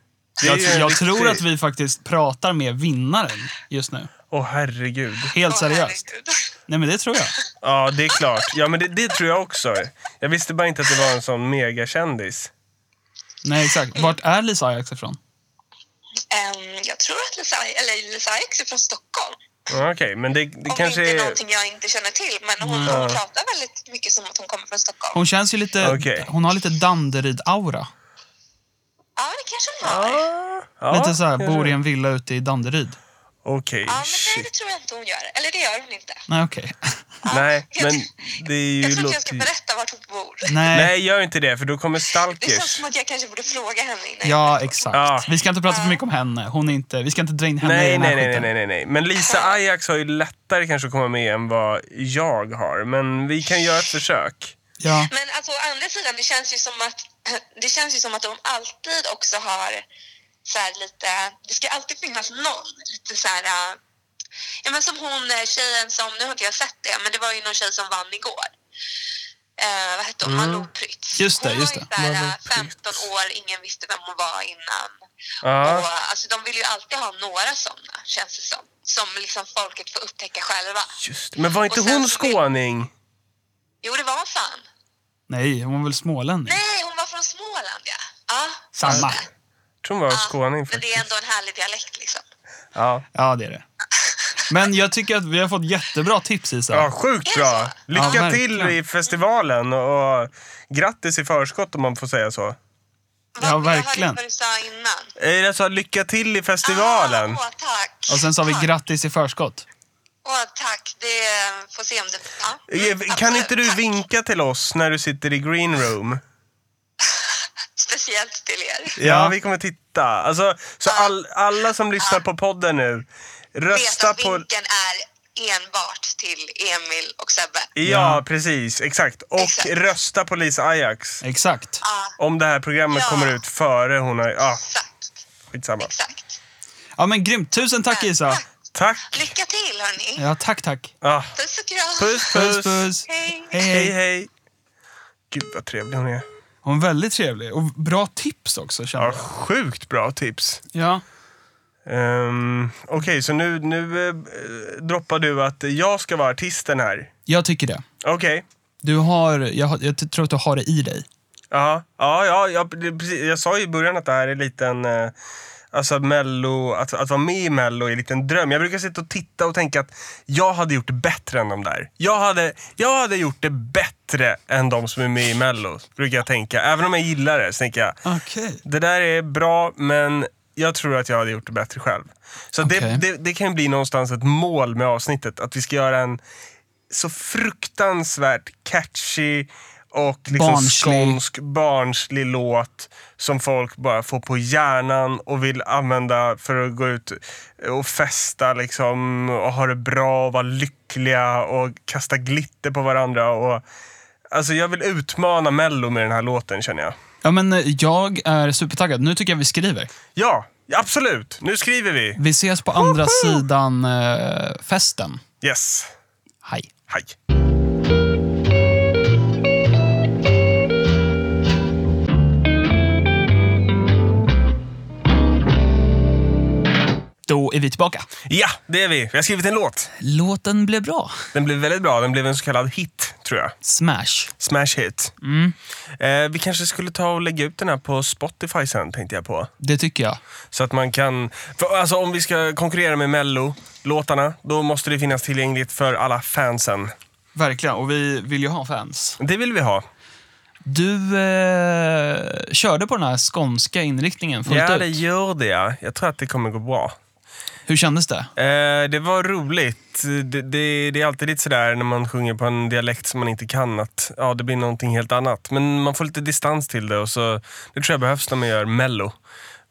[SPEAKER 4] Det är
[SPEAKER 3] Jag,
[SPEAKER 4] ju en
[SPEAKER 3] jag tror
[SPEAKER 4] riktig-
[SPEAKER 3] att vi faktiskt pratar med vinnaren just nu.
[SPEAKER 4] Åh, herregud.
[SPEAKER 3] Helt
[SPEAKER 8] Åh,
[SPEAKER 3] seriöst.
[SPEAKER 8] herregud.
[SPEAKER 3] Nej men det tror jag.
[SPEAKER 4] Ja, det är klart. Ja, men det, det tror jag också. Jag visste bara inte att det var en sån megakändis.
[SPEAKER 3] Nej exakt. Vart är Lisa Ajax ifrån?
[SPEAKER 8] Ehm, jag tror att Lisa, eller Lisa Ajax är från Stockholm.
[SPEAKER 4] Ja, Okej, men det, det
[SPEAKER 8] Om
[SPEAKER 4] kanske
[SPEAKER 8] det inte är
[SPEAKER 4] är...
[SPEAKER 8] någonting jag inte känner till. Men hon, hon pratar väldigt mycket som att hon kommer från Stockholm.
[SPEAKER 3] Hon känns ju lite...
[SPEAKER 4] Okej.
[SPEAKER 3] Hon har lite Danderyd-aura.
[SPEAKER 8] Ja, det kanske hon har.
[SPEAKER 4] Ah.
[SPEAKER 8] Ja,
[SPEAKER 4] Ja,
[SPEAKER 3] lite så här,
[SPEAKER 4] kanske.
[SPEAKER 3] bor i en villa ute i Danderyd.
[SPEAKER 4] Okej,
[SPEAKER 8] men nej,
[SPEAKER 4] shit.
[SPEAKER 8] det tror jag inte hon gör. Eller det gör hon inte.
[SPEAKER 3] Nej okej.
[SPEAKER 4] Nej, men det är
[SPEAKER 8] Jag
[SPEAKER 4] ju...
[SPEAKER 8] tror inte jag ska
[SPEAKER 4] låter-
[SPEAKER 8] berätta vart hon bor.
[SPEAKER 3] Nej.
[SPEAKER 4] Nej, gör inte det, för då kommer
[SPEAKER 8] Det känns
[SPEAKER 4] stalkers.
[SPEAKER 8] som att jag kanske borde fråga henne innan.
[SPEAKER 3] Ja exakt.
[SPEAKER 4] Ja.
[SPEAKER 3] Vi ska inte prata för mycket om henne. Hon är inte... Vi ska inte dra in henne i
[SPEAKER 4] Nej,
[SPEAKER 3] den här
[SPEAKER 4] nej, nej,
[SPEAKER 3] skiten.
[SPEAKER 4] nej, nej, nej. Men Lisa Ajax har ju lättare kanske att komma med än vad jag har. Men vi kan göra ett försök.
[SPEAKER 3] Ja.
[SPEAKER 8] Men alltså, å andra sidan, det känns ju som att, det känns ju som att de alltid också har så här lite, det ska alltid finnas någon lite så här, äh, ja men som hon eh, tjejen som, nu har inte jag sett det, men det var ju någon tjej som vann igår. Eh, vad hette hon? Malou Prytz.
[SPEAKER 3] Mm. Just det,
[SPEAKER 8] hon
[SPEAKER 3] just
[SPEAKER 8] var ju
[SPEAKER 3] det.
[SPEAKER 8] så här,
[SPEAKER 4] Malou
[SPEAKER 8] äh, 15 år, ingen visste vem hon var innan.
[SPEAKER 4] Ja,
[SPEAKER 8] Och, alltså, de vill ju alltid ha några sådana, känns det som. Som liksom folket får upptäcka själva.
[SPEAKER 4] just det. Men var inte
[SPEAKER 8] Och sen
[SPEAKER 4] hon
[SPEAKER 8] så vill-
[SPEAKER 4] skåning?
[SPEAKER 8] Jo, det var hon fan.
[SPEAKER 3] Nej, hon var väl smålänning?
[SPEAKER 8] Nej, hon var från Småland ja. ja.
[SPEAKER 3] Samma.
[SPEAKER 4] Jag tror hon var skåning
[SPEAKER 8] Men det är
[SPEAKER 4] faktiskt.
[SPEAKER 8] ändå en härlig dialekt liksom.
[SPEAKER 4] Ja.
[SPEAKER 3] Ja, det är det. Men jag tycker att vi har fått jättebra tips, Isa.
[SPEAKER 4] Ja, sjukt bra! Lycka
[SPEAKER 3] Ja,
[SPEAKER 4] till
[SPEAKER 3] verkligen.
[SPEAKER 4] i festivalen och grattis i förskott om man får säga så.
[SPEAKER 3] Ja,
[SPEAKER 8] Vad- Jag
[SPEAKER 3] verkligen.
[SPEAKER 8] hörde vad du sa innan.
[SPEAKER 4] Eh, Jag sa lycka till i festivalen.
[SPEAKER 8] Ah, åh, tack.
[SPEAKER 3] Och sen sa vi
[SPEAKER 8] Tack.
[SPEAKER 3] grattis i förskott.
[SPEAKER 8] Åh, tack. Det får se om det... Ja.
[SPEAKER 4] Eh, Kan inte du
[SPEAKER 8] Absolut.
[SPEAKER 4] vinka till oss när du sitter i green room?
[SPEAKER 8] Speciellt till er.
[SPEAKER 4] Ja, vi kommer titta. Alltså, så
[SPEAKER 8] Ah.
[SPEAKER 4] all, alla som lyssnar på podden nu,
[SPEAKER 8] Vet
[SPEAKER 4] rösta
[SPEAKER 8] att
[SPEAKER 4] på...
[SPEAKER 8] vinkeln är enbart till Emil och Sebbe.
[SPEAKER 4] Ja, precis. Exakt. Och
[SPEAKER 8] Exakt.
[SPEAKER 4] rösta på Lisa Ajax.
[SPEAKER 3] Exakt.
[SPEAKER 4] Om det här programmet
[SPEAKER 8] Ja.
[SPEAKER 4] kommer ut före hon har... Ja,
[SPEAKER 8] Exakt.
[SPEAKER 4] skitsamma.
[SPEAKER 8] Exakt.
[SPEAKER 3] Ja, men grymt. Tusen tack, Isa.
[SPEAKER 4] Tack.
[SPEAKER 8] Lycka till, hörni.
[SPEAKER 3] Ja, tack, tack.
[SPEAKER 4] Ja.
[SPEAKER 8] Puss och kram.
[SPEAKER 4] Puss,
[SPEAKER 3] Puss,
[SPEAKER 4] puss.
[SPEAKER 3] puss.
[SPEAKER 8] Hej.
[SPEAKER 3] Hej,
[SPEAKER 4] Hej,
[SPEAKER 3] hej.
[SPEAKER 4] hej. Gud vad trevlig hon är.
[SPEAKER 3] Hon är väldigt trevlig. Och bra tips också, känner
[SPEAKER 4] Ja,
[SPEAKER 3] jag.
[SPEAKER 4] sjukt bra tips.
[SPEAKER 3] Ja.
[SPEAKER 4] Ehm, Okej, så nu, nu eh, droppar du att jag ska vara artisten här.
[SPEAKER 3] Jag tycker det.
[SPEAKER 4] Okej.
[SPEAKER 3] Du har... Jag, har- jag t- tror att du har det i dig.
[SPEAKER 4] Ja, ja, ja, ja det- precis. jag sa ju i början att det här är en liten... eh, Alltså mello, att, att vara med i mello är en liten dröm. Jag brukar sitta och titta och tänka att jag hade gjort det bättre än de där. Jag hade, jag hade gjort det bättre än de som är med i mello, brukar jag tänka. Även om jag gillar det så tänker jag,
[SPEAKER 3] Okej.
[SPEAKER 4] det där är bra men jag tror att jag hade gjort det bättre själv. Så
[SPEAKER 3] Okej.
[SPEAKER 4] det, det, det kan ju bli någonstans ett mål med avsnittet, att vi ska göra en så fruktansvärt catchy och liksom
[SPEAKER 3] Barnslig.
[SPEAKER 4] skånsk, barnslig låt som folk bara får på hjärnan och vill använda för att gå ut och festa liksom, och ha det bra och vara lyckliga och kasta glitter på varandra. Och, alltså jag vill utmana Mello med den här låten känner jag.
[SPEAKER 3] Ja, men eh, jag är supertaggad. Nu tycker jag vi skriver.
[SPEAKER 4] Ja, absolut. Nu skriver vi.
[SPEAKER 3] Vi ses på andra sidan eh, festen.
[SPEAKER 4] Yes.
[SPEAKER 3] Hej.
[SPEAKER 4] Hej.
[SPEAKER 3] Då är vi tillbaka.
[SPEAKER 4] Ja, det är vi. Vi har skrivit en låt.
[SPEAKER 3] Låten blev bra.
[SPEAKER 4] Den blev väldigt bra. Den blev en så kallad hit, tror jag.
[SPEAKER 3] Smash.
[SPEAKER 4] Smash hit.
[SPEAKER 3] Mm.
[SPEAKER 4] Eh, vi kanske skulle ta och lägga ut den här på Spotify sen, tänkte jag på.
[SPEAKER 3] Det tycker jag.
[SPEAKER 4] Så att man kan... För, alltså, om vi ska konkurrera med Mello-låtarna, då måste det finnas tillgängligt för alla fansen.
[SPEAKER 3] Verkligen. Och vi vill ju ha fans.
[SPEAKER 4] Det vill vi ha.
[SPEAKER 3] Du eh, körde på den här skånska inriktningen fullt
[SPEAKER 4] Ja, det
[SPEAKER 3] ut.
[SPEAKER 4] gör det. ja. Jag tror att det kommer gå bra.
[SPEAKER 3] Hur kändes det?
[SPEAKER 4] Eh, det var roligt. Det, det, det är alltid lite sådär när man sjunger på en dialekt som man inte kan att ja, det blir någonting helt annat. Men man får lite distans till det och så, det tror jag behövs när man gör mello.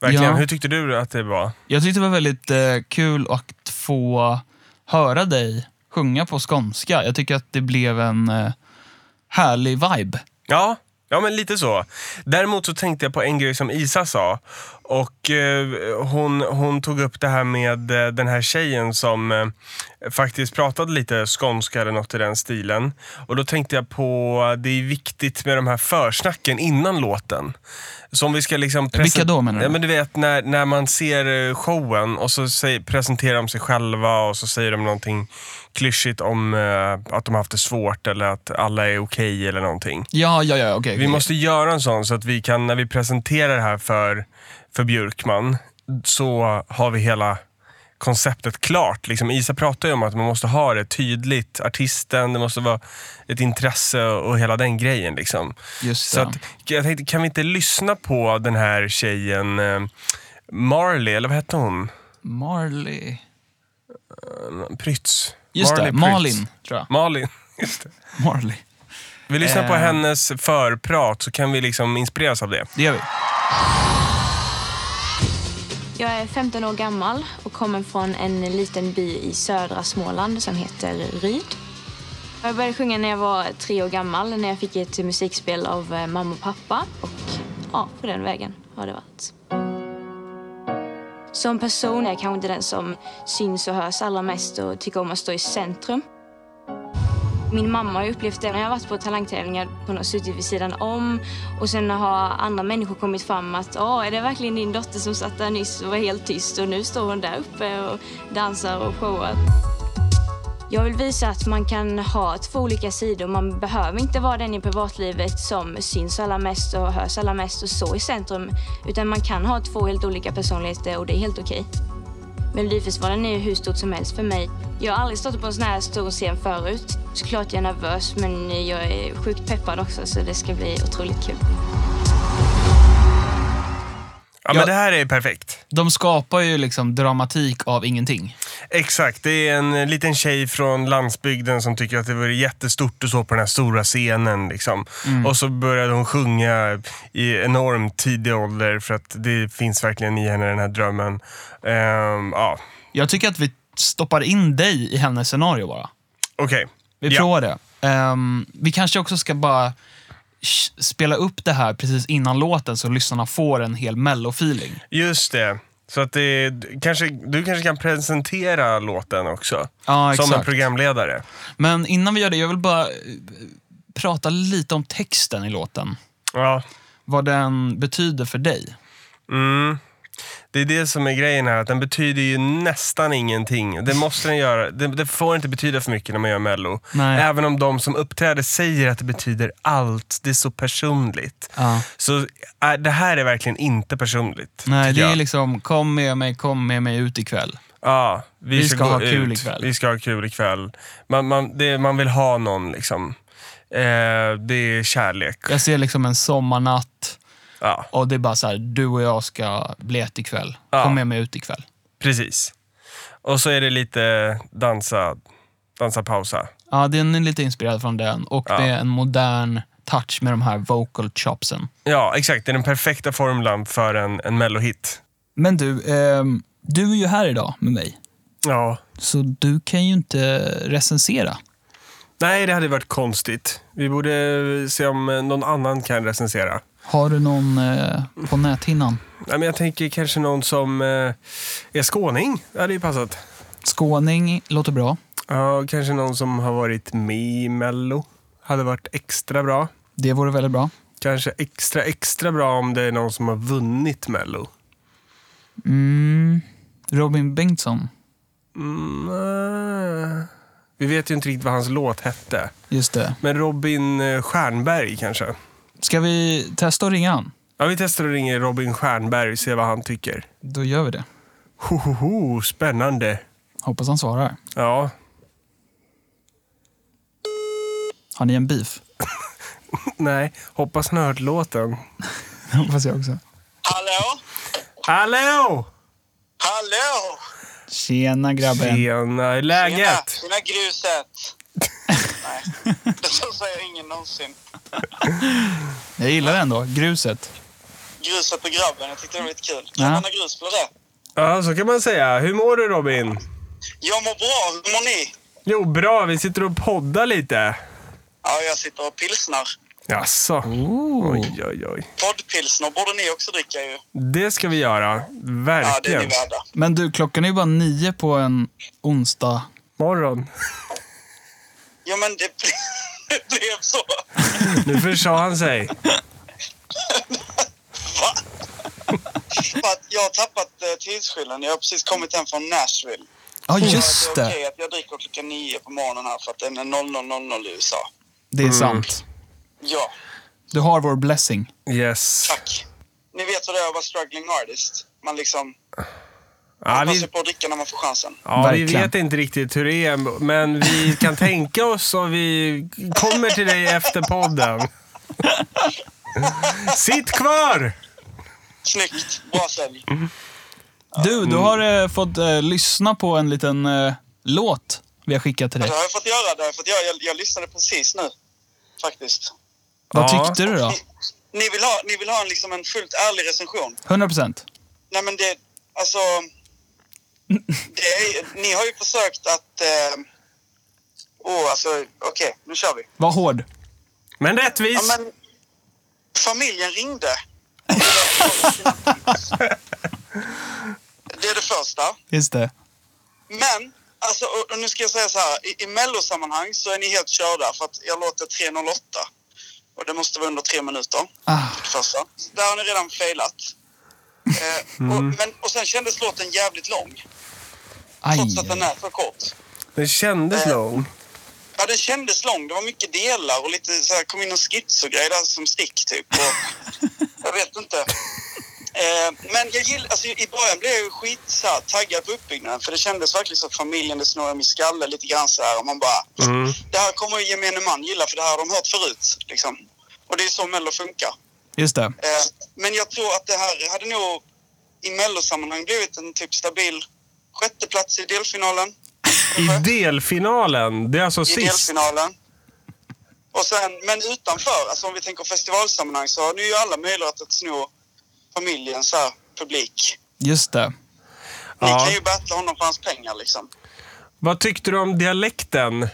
[SPEAKER 4] Verkligen.
[SPEAKER 3] Ja.
[SPEAKER 4] Hur tyckte du att det var?
[SPEAKER 3] Jag tyckte det var väldigt eh, kul att få höra dig sjunga på skånska. Jag tycker att det blev en eh, härlig vibe.
[SPEAKER 4] Ja, ja men lite så. Däremot så tänkte jag på en grej som Isa sa. Och eh, hon, hon tog upp det här med eh, den här tjejen som eh, faktiskt pratade lite skånska eller något i den stilen. Och då tänkte jag på eh, det är viktigt med de här försnacken innan låten. Så om vi ska liksom presen-
[SPEAKER 3] Vilka då, menar du?
[SPEAKER 4] Ja, men du vet när, när man ser eh, showen och så säger, presenterar de sig själva och så säger de någonting klyschigt om eh, att de har haft det svårt eller att alla är okej eller någonting.
[SPEAKER 3] Ja, ja, ja, okej.
[SPEAKER 4] Vi måste göra en sån så att vi kan, när vi presenterar det här för, för Björkman, så har vi hela konceptet klart. Liksom, Isa pratar ju om att man måste ha det tydligt, artisten, det måste vara ett intresse och hela den grejen. Liksom.
[SPEAKER 3] Just
[SPEAKER 4] Så
[SPEAKER 3] det.
[SPEAKER 4] att, jag tänkte, kan vi inte lyssna på den här tjejen eh, Marley, eller vad hette hon?
[SPEAKER 3] Marley.
[SPEAKER 4] Prytz.
[SPEAKER 3] Just det,
[SPEAKER 4] Prytz.
[SPEAKER 3] Malin, tror jag.
[SPEAKER 4] Malin, just det.
[SPEAKER 3] Marley.
[SPEAKER 4] Vi lyssnar på
[SPEAKER 3] Eh.
[SPEAKER 4] hennes förprat så kan vi liksom inspireras av det.
[SPEAKER 3] Det gör vi.
[SPEAKER 9] Jag är 15 år gammal och kommer från en liten by i södra Småland som heter Ryd. Jag började sjunga när jag var tre år gammal när jag fick ett musikspel av eh, mamma och pappa. Och ja, på den vägen har det varit. Som person är jag kanske inte den som syns och hörs allra mest och tycker om att stå i centrum. Min mamma har ju upplevt det när jag har varit på talangtävlingar. Hon har suttit vid sidan om och sen har andra människor kommit fram att ja, är det verkligen din dotter som satt där nyss och var helt tyst och nu står hon där uppe och dansar och showar. Jag vill visa att man kan ha två olika sidor. Man behöver inte vara den i privatlivet som syns allra mest och hörs allra mest och så i centrum. Utan man kan ha två helt olika personligheter och det är helt okej. Melodifestivalen är ju hur stort som helst för mig. Jag har aldrig stått på en sån här stor scen förut. Såklart jag är nervös, men jag är sjukt peppad också så det ska bli otroligt kul.
[SPEAKER 3] Ja.
[SPEAKER 4] Ja, men det här är perfekt.
[SPEAKER 3] De skapar ju liksom dramatik av ingenting.
[SPEAKER 4] Exakt, det är en eh, liten tjej från landsbygden som tycker att det vore jättestort att stå på den här stora scenen. Liksom.
[SPEAKER 3] Mm.
[SPEAKER 4] Och så började hon sjunga i enormt tidig ålder för att det finns verkligen i henne den här drömmen. Ehm, ja,
[SPEAKER 3] Jag tycker att vi stoppar in dig i hennes scenario bara.
[SPEAKER 4] okej.
[SPEAKER 3] Vi
[SPEAKER 4] Ja.
[SPEAKER 3] provar det. Ehm, vi kanske också ska bara sh- spela upp det här precis innan låten så lyssnarna får en hel mello-feeling.
[SPEAKER 4] Just det. Så att det, du kanske, du kanske kan presentera låten också.
[SPEAKER 3] Ja,
[SPEAKER 4] som en
[SPEAKER 3] exakt.
[SPEAKER 4] programledare.
[SPEAKER 3] Men innan vi gör det, jag vill bara eh, prata lite om texten i låten.
[SPEAKER 4] Ja.
[SPEAKER 3] Vad den betyder för dig.
[SPEAKER 4] Mm. Det är det som är grejen här, att den betyder ju nästan ingenting. Det måste den göra. Det, det får inte betyda för mycket när man gör Mello.
[SPEAKER 3] Nej.
[SPEAKER 4] Även om de som uppträder säger att det betyder allt. Det är så personligt.
[SPEAKER 3] Ja.
[SPEAKER 4] Så äh, det här är verkligen inte personligt.
[SPEAKER 3] Nej,
[SPEAKER 4] tycker
[SPEAKER 3] det
[SPEAKER 4] jag.
[SPEAKER 3] är liksom kom med mig, kom med mig ut ikväll.
[SPEAKER 4] Ja, vi,
[SPEAKER 3] Vi ska
[SPEAKER 4] gå
[SPEAKER 3] ha kul
[SPEAKER 4] ut.
[SPEAKER 3] ikväll.
[SPEAKER 4] Vi ska ha kul ikväll. Man, man, det, man vill ha någon liksom. Eh, det är kärlek.
[SPEAKER 3] Jag ser liksom en sommarnatt
[SPEAKER 4] Ja,
[SPEAKER 3] och det är bara så här, du och jag ska bli ett ikväll.
[SPEAKER 4] Ja.
[SPEAKER 3] Kom med mig ut ikväll.
[SPEAKER 4] precis. Och så är det lite dansa, dansa pausa.
[SPEAKER 3] Ja, den är lite inspirerad från den och det är en modern touch med de här vocal chopsen.
[SPEAKER 4] Ja, exakt. Det är den perfekta formulan för en, en mellohit.
[SPEAKER 3] Men du, ehm, du är ju här idag med mig.
[SPEAKER 4] Ja.
[SPEAKER 3] Så du kan ju inte recensera.
[SPEAKER 4] Nej, det hade varit konstigt. Vi borde se om eh, någon annan kan recensera.
[SPEAKER 3] Har du någon eh, på näthinnan?
[SPEAKER 4] Nej, men jag tänker kanske någon som eh, är skåning. Det hade ju passat.
[SPEAKER 3] Skåning låter bra.
[SPEAKER 4] Ja, kanske någon som har varit med i Mello. Hade varit extra bra.
[SPEAKER 3] Det vore väldigt bra.
[SPEAKER 4] Kanske extra, extra bra om det är någon som har vunnit Mello.
[SPEAKER 3] Mm. Robin Bengtsson.
[SPEAKER 4] Mm, eh, vi vet ju inte riktigt vad hans låt hette.
[SPEAKER 3] Just det.
[SPEAKER 4] Men Robin eh, Stjernberg kanske?
[SPEAKER 3] Ska vi testa att ringa han?
[SPEAKER 4] Ja, vi testar att ringa Robin Stjernberg och se vad han tycker.
[SPEAKER 3] Då gör vi det.
[SPEAKER 4] Ho, ho, ho, spännande.
[SPEAKER 3] Hoppas han svarar.
[SPEAKER 4] Ja,
[SPEAKER 3] Har ni en beef?
[SPEAKER 4] nej, hoppas han har hört låten.
[SPEAKER 3] Hoppas jag också.
[SPEAKER 8] Hallå?
[SPEAKER 4] Hallå!
[SPEAKER 8] Hallå?
[SPEAKER 3] Tjena grabben.
[SPEAKER 4] Tjena, hur är läget?
[SPEAKER 8] Tjena gruset! Nej, det så säger ingen någonsin.
[SPEAKER 3] Jag gillar den då. Gruset.
[SPEAKER 8] Gruset på grabben, jag tyckte det var lite kul.
[SPEAKER 3] Ja.
[SPEAKER 8] Kan man ha grus på det?
[SPEAKER 4] Ja, så kan man säga. Hur mår du Robin?
[SPEAKER 8] Jag mår bra, hur mår ni?
[SPEAKER 4] Jo, bra. Vi sitter och poddar lite.
[SPEAKER 8] Ja, jag sitter och pilsnar.
[SPEAKER 4] Jaså?
[SPEAKER 3] Mm.
[SPEAKER 4] Oj, oj, oj.
[SPEAKER 8] Poddpilsner borde ni också dricka ju.
[SPEAKER 4] Det ska vi göra.
[SPEAKER 8] Ja, det är ni
[SPEAKER 4] Verkligen.
[SPEAKER 8] värda.
[SPEAKER 3] Men du, klockan är ju bara nio på en onsdag.
[SPEAKER 4] Morgon.
[SPEAKER 8] Ja, men det, det blev så.
[SPEAKER 4] Nu försa han sig.
[SPEAKER 8] För att jag har tappat eh, tidsskillnaden. Jag har precis kommit hem från Nashville.
[SPEAKER 3] Ja,
[SPEAKER 8] Så
[SPEAKER 3] just
[SPEAKER 8] det är
[SPEAKER 3] det.
[SPEAKER 8] okej att jag dricker klockan nio på morgonen här för att den är 00.00 i USA.
[SPEAKER 3] Det är sant.
[SPEAKER 8] Ja,
[SPEAKER 3] Du har vår blessing.
[SPEAKER 4] Yes.
[SPEAKER 8] tack. Ni vet hur det är att vara struggling artist. Man liksom
[SPEAKER 4] Ja,
[SPEAKER 8] passar
[SPEAKER 4] vi,
[SPEAKER 8] på att dricka när man får chansen.
[SPEAKER 4] ja, vi
[SPEAKER 3] Verkligen.
[SPEAKER 4] vet inte riktigt hur det är, men vi kan tänka oss och vi kommer till dig efter podden. Sitt kvar!
[SPEAKER 8] Snyggt, bra sälj.
[SPEAKER 3] Du,
[SPEAKER 4] Mm.
[SPEAKER 3] du har eh, fått eh, lyssna på en liten eh, låt vi har skickat till
[SPEAKER 8] Det
[SPEAKER 3] dig.
[SPEAKER 8] har jag fått göra. Det har jag, fått göra. Jag, jag lyssnade precis nu, faktiskt.
[SPEAKER 3] Vad
[SPEAKER 4] Ja.
[SPEAKER 3] tyckte du då?
[SPEAKER 8] Ni, ni vill ha, ni vill ha en, liksom en fullt ärlig recension?
[SPEAKER 3] 100 procent.
[SPEAKER 8] Nej men det, alltså... Det är, ni har ju försökt att... eh, Åh, oh, alltså okej, nu kör vi.
[SPEAKER 3] Var hård.
[SPEAKER 4] Men
[SPEAKER 8] Ja,
[SPEAKER 4] rättvis.
[SPEAKER 8] men, familjen ringde. Det är det första.
[SPEAKER 3] Just det.
[SPEAKER 8] Men, alltså, och, och nu ska jag säga så här. I, i mellosammanhang så är ni helt körda för att jag låter 3.08. Och det måste vara under tre minuter.
[SPEAKER 3] Ah,
[SPEAKER 8] det Första. Där har ni redan failat. Eh, och,
[SPEAKER 3] Mm.
[SPEAKER 8] men, och sen kändes låten jävligt lång.
[SPEAKER 3] aj.
[SPEAKER 8] Trots att den är för kort.
[SPEAKER 4] Den kändes
[SPEAKER 8] Eh.
[SPEAKER 4] lång.
[SPEAKER 8] Ja, den kändes lång. Det var mycket delar och lite så här, kom in en skits och grejer där som stick typ. Och, jag vet inte. Eh, men jag gillar, alltså, i början blev jag ju skit så här, taggad på uppbyggnaden för det kändes verkligen som familjen, det snurrade i min skalle lite grann så här och man bara
[SPEAKER 4] Mm.
[SPEAKER 8] det här kommer ju gemene man gilla för det här har de hört förut liksom. Och det är så Mello funkar.
[SPEAKER 3] Just det.
[SPEAKER 8] Eh, men jag tror att det här hade nog i Mellosammanhang blivit en typ stabil sjätteplats i delfinalen.
[SPEAKER 4] I delfinalen. Det är alltså
[SPEAKER 8] i
[SPEAKER 4] sist.
[SPEAKER 8] delfinalen. Och sen, men utanför, alltså om vi tänker festivalsammanhang så har ni ju alla möjlighet att sno familjens här, publik.
[SPEAKER 3] Just det.
[SPEAKER 8] Ni
[SPEAKER 4] Ja.
[SPEAKER 8] kan ju battla honom för hans pengar liksom.
[SPEAKER 4] Vad tyckte du om dialekten?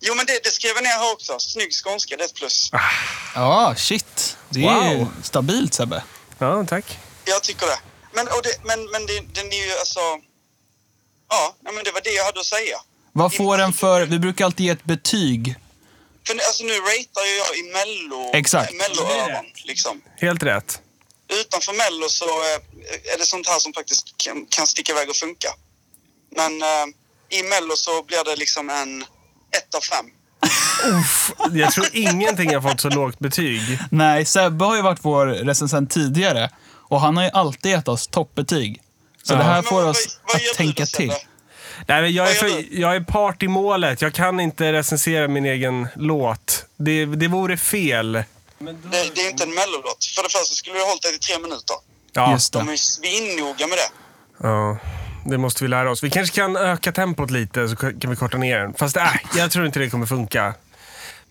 [SPEAKER 8] Jo men det, det skrev jag ner här också. Snygg skånska, det är ett plus.
[SPEAKER 3] Ja, shit. Det är ju
[SPEAKER 4] Wow.
[SPEAKER 3] stabilt Sebbe.
[SPEAKER 4] Ja, tack.
[SPEAKER 8] Jag tycker det. Men, och det, men, men det, den är ju alltså... Ja, nej, men det var det jag hade att säga.
[SPEAKER 3] Vad får den för... Vi brukar alltid ge ett betyg.
[SPEAKER 8] För nu- alltså, nu ratear ju jag i mello...
[SPEAKER 3] Exakt.
[SPEAKER 8] Melloöron, liksom.
[SPEAKER 4] Helt rätt.
[SPEAKER 8] Utanför mello så eh, är det sånt här som faktiskt kan, kan sticka iväg och funka. Men eh, i mello så blir det liksom en ett av fem.
[SPEAKER 4] Jag tror ingenting har fått så lågt betyg.
[SPEAKER 3] Nej, Sebbe har ju varit vår recensent tidigare och han har ju alltid gett oss toppbetyg. Så
[SPEAKER 4] Ja.
[SPEAKER 3] det här
[SPEAKER 8] Men
[SPEAKER 3] får
[SPEAKER 8] vad-
[SPEAKER 3] oss
[SPEAKER 8] vad- vad gör
[SPEAKER 3] att
[SPEAKER 8] du
[SPEAKER 3] tänka
[SPEAKER 8] då, Sebbe?
[SPEAKER 3] till.
[SPEAKER 4] Nej, men jag, är
[SPEAKER 8] Vad gör
[SPEAKER 4] för, jag är part i målet. Jag kan inte recensera min egen låt. Det, det vore fel.
[SPEAKER 8] Det, det är inte en mellolåt. För det första skulle du ha hållit dig till tre minuter.
[SPEAKER 4] Ja,
[SPEAKER 3] Just
[SPEAKER 8] De är
[SPEAKER 3] det.
[SPEAKER 8] ju svinnoga med det.
[SPEAKER 4] Ja, det måste vi lära oss. Vi kanske kan öka tempot lite så kan vi korta ner den. Fast äh, jag tror inte det kommer funka.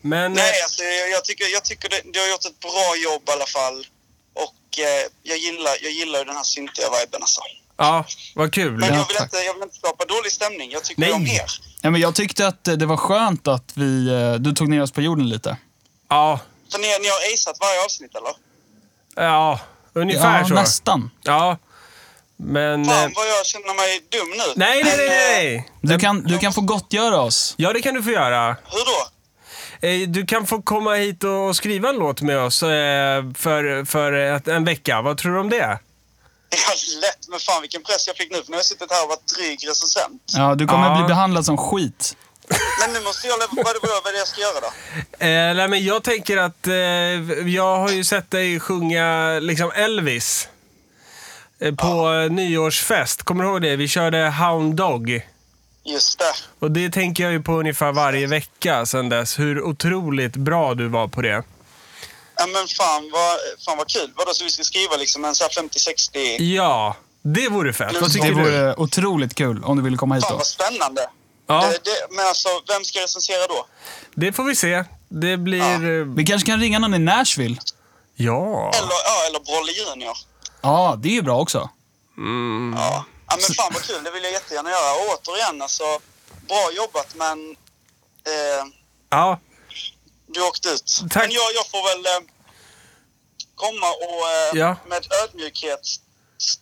[SPEAKER 4] Men...
[SPEAKER 7] Nej, alltså, jag, jag tycker, jag tycker det, du har gjort ett bra jobb i alla fall. Och eh, jag gillar jag gillar ju den här syntiga viben alltså.
[SPEAKER 4] Ja, vad kul.
[SPEAKER 7] Men
[SPEAKER 3] Ja,
[SPEAKER 7] jag, vill
[SPEAKER 3] tack.
[SPEAKER 7] inte, jag vill inte skapa dålig stämning. Jag tycker
[SPEAKER 4] Nej.
[SPEAKER 7] om er.
[SPEAKER 3] Ja, men jag tyckte att eh, det var skönt att vi, eh, du tog ner oss på jorden lite.
[SPEAKER 4] Ja,
[SPEAKER 7] Så ni, ni har aceat varje avsnitt eller?
[SPEAKER 4] ja ungefär
[SPEAKER 3] ja,
[SPEAKER 4] så.
[SPEAKER 3] nästan.
[SPEAKER 4] Ja, men... eh,
[SPEAKER 7] Fan vad jag känner mig dum nu.
[SPEAKER 4] Nej, nej, nej, nej.
[SPEAKER 3] Du kan, du kan få gottgöra oss.
[SPEAKER 4] Ja, det kan du få göra.
[SPEAKER 7] Hur då?
[SPEAKER 4] Eh, Du kan få komma hit och skriva en låt med oss eh, för, för ett- en vecka. Vad tror du om det?
[SPEAKER 7] Ja, lätt. Men fan vilken press jag fick nu. För nu har jag suttit här och varit dryg recensent.
[SPEAKER 3] Ja, du kommer
[SPEAKER 4] Ja.
[SPEAKER 3] bli behandlad som skit.
[SPEAKER 7] Men nu måste jag... Vad är det- vad är det jag ska göra då?
[SPEAKER 4] Eh, nej, men jag tänker att eh, jag har ju sett dig sjunga liksom Elvis eh, på eh, nyårsfest. Kommer du ihåg det? Vi körde Hound Dog.
[SPEAKER 7] Just det.
[SPEAKER 4] Och det tänker jag ju på ungefär varje vecka sedan dess. Hur otroligt bra du var på det.
[SPEAKER 7] Ja men fan vad, fan vad kul. Vadå så vi ska skriva liksom en så här 50-60...
[SPEAKER 4] Ja, det vore fett. Vad tycker
[SPEAKER 3] Det
[SPEAKER 4] du?
[SPEAKER 3] vore otroligt kul om du ville komma hit
[SPEAKER 7] Fan
[SPEAKER 3] då.
[SPEAKER 7] vad spännande.
[SPEAKER 4] Ja.
[SPEAKER 7] Det, det, men alltså vem ska recensera då?
[SPEAKER 4] Det får vi se. Det blir... eh,
[SPEAKER 3] Vi kanske kan ringa någon i Nashville?
[SPEAKER 4] Ja.
[SPEAKER 7] Eller, ja, eller Brolle Junior.
[SPEAKER 3] Ja, det är ju bra också.
[SPEAKER 7] Ja. ja men fan vad kul. Det vill jag jättegärna göra. Och återigen alltså. Bra jobbat men... Eh,
[SPEAKER 4] ja.
[SPEAKER 7] du åkte ut.
[SPEAKER 4] Tack.
[SPEAKER 7] Men jag, jag får väl eh, komma och eh,
[SPEAKER 4] Ja.
[SPEAKER 7] med ödmjukhet s-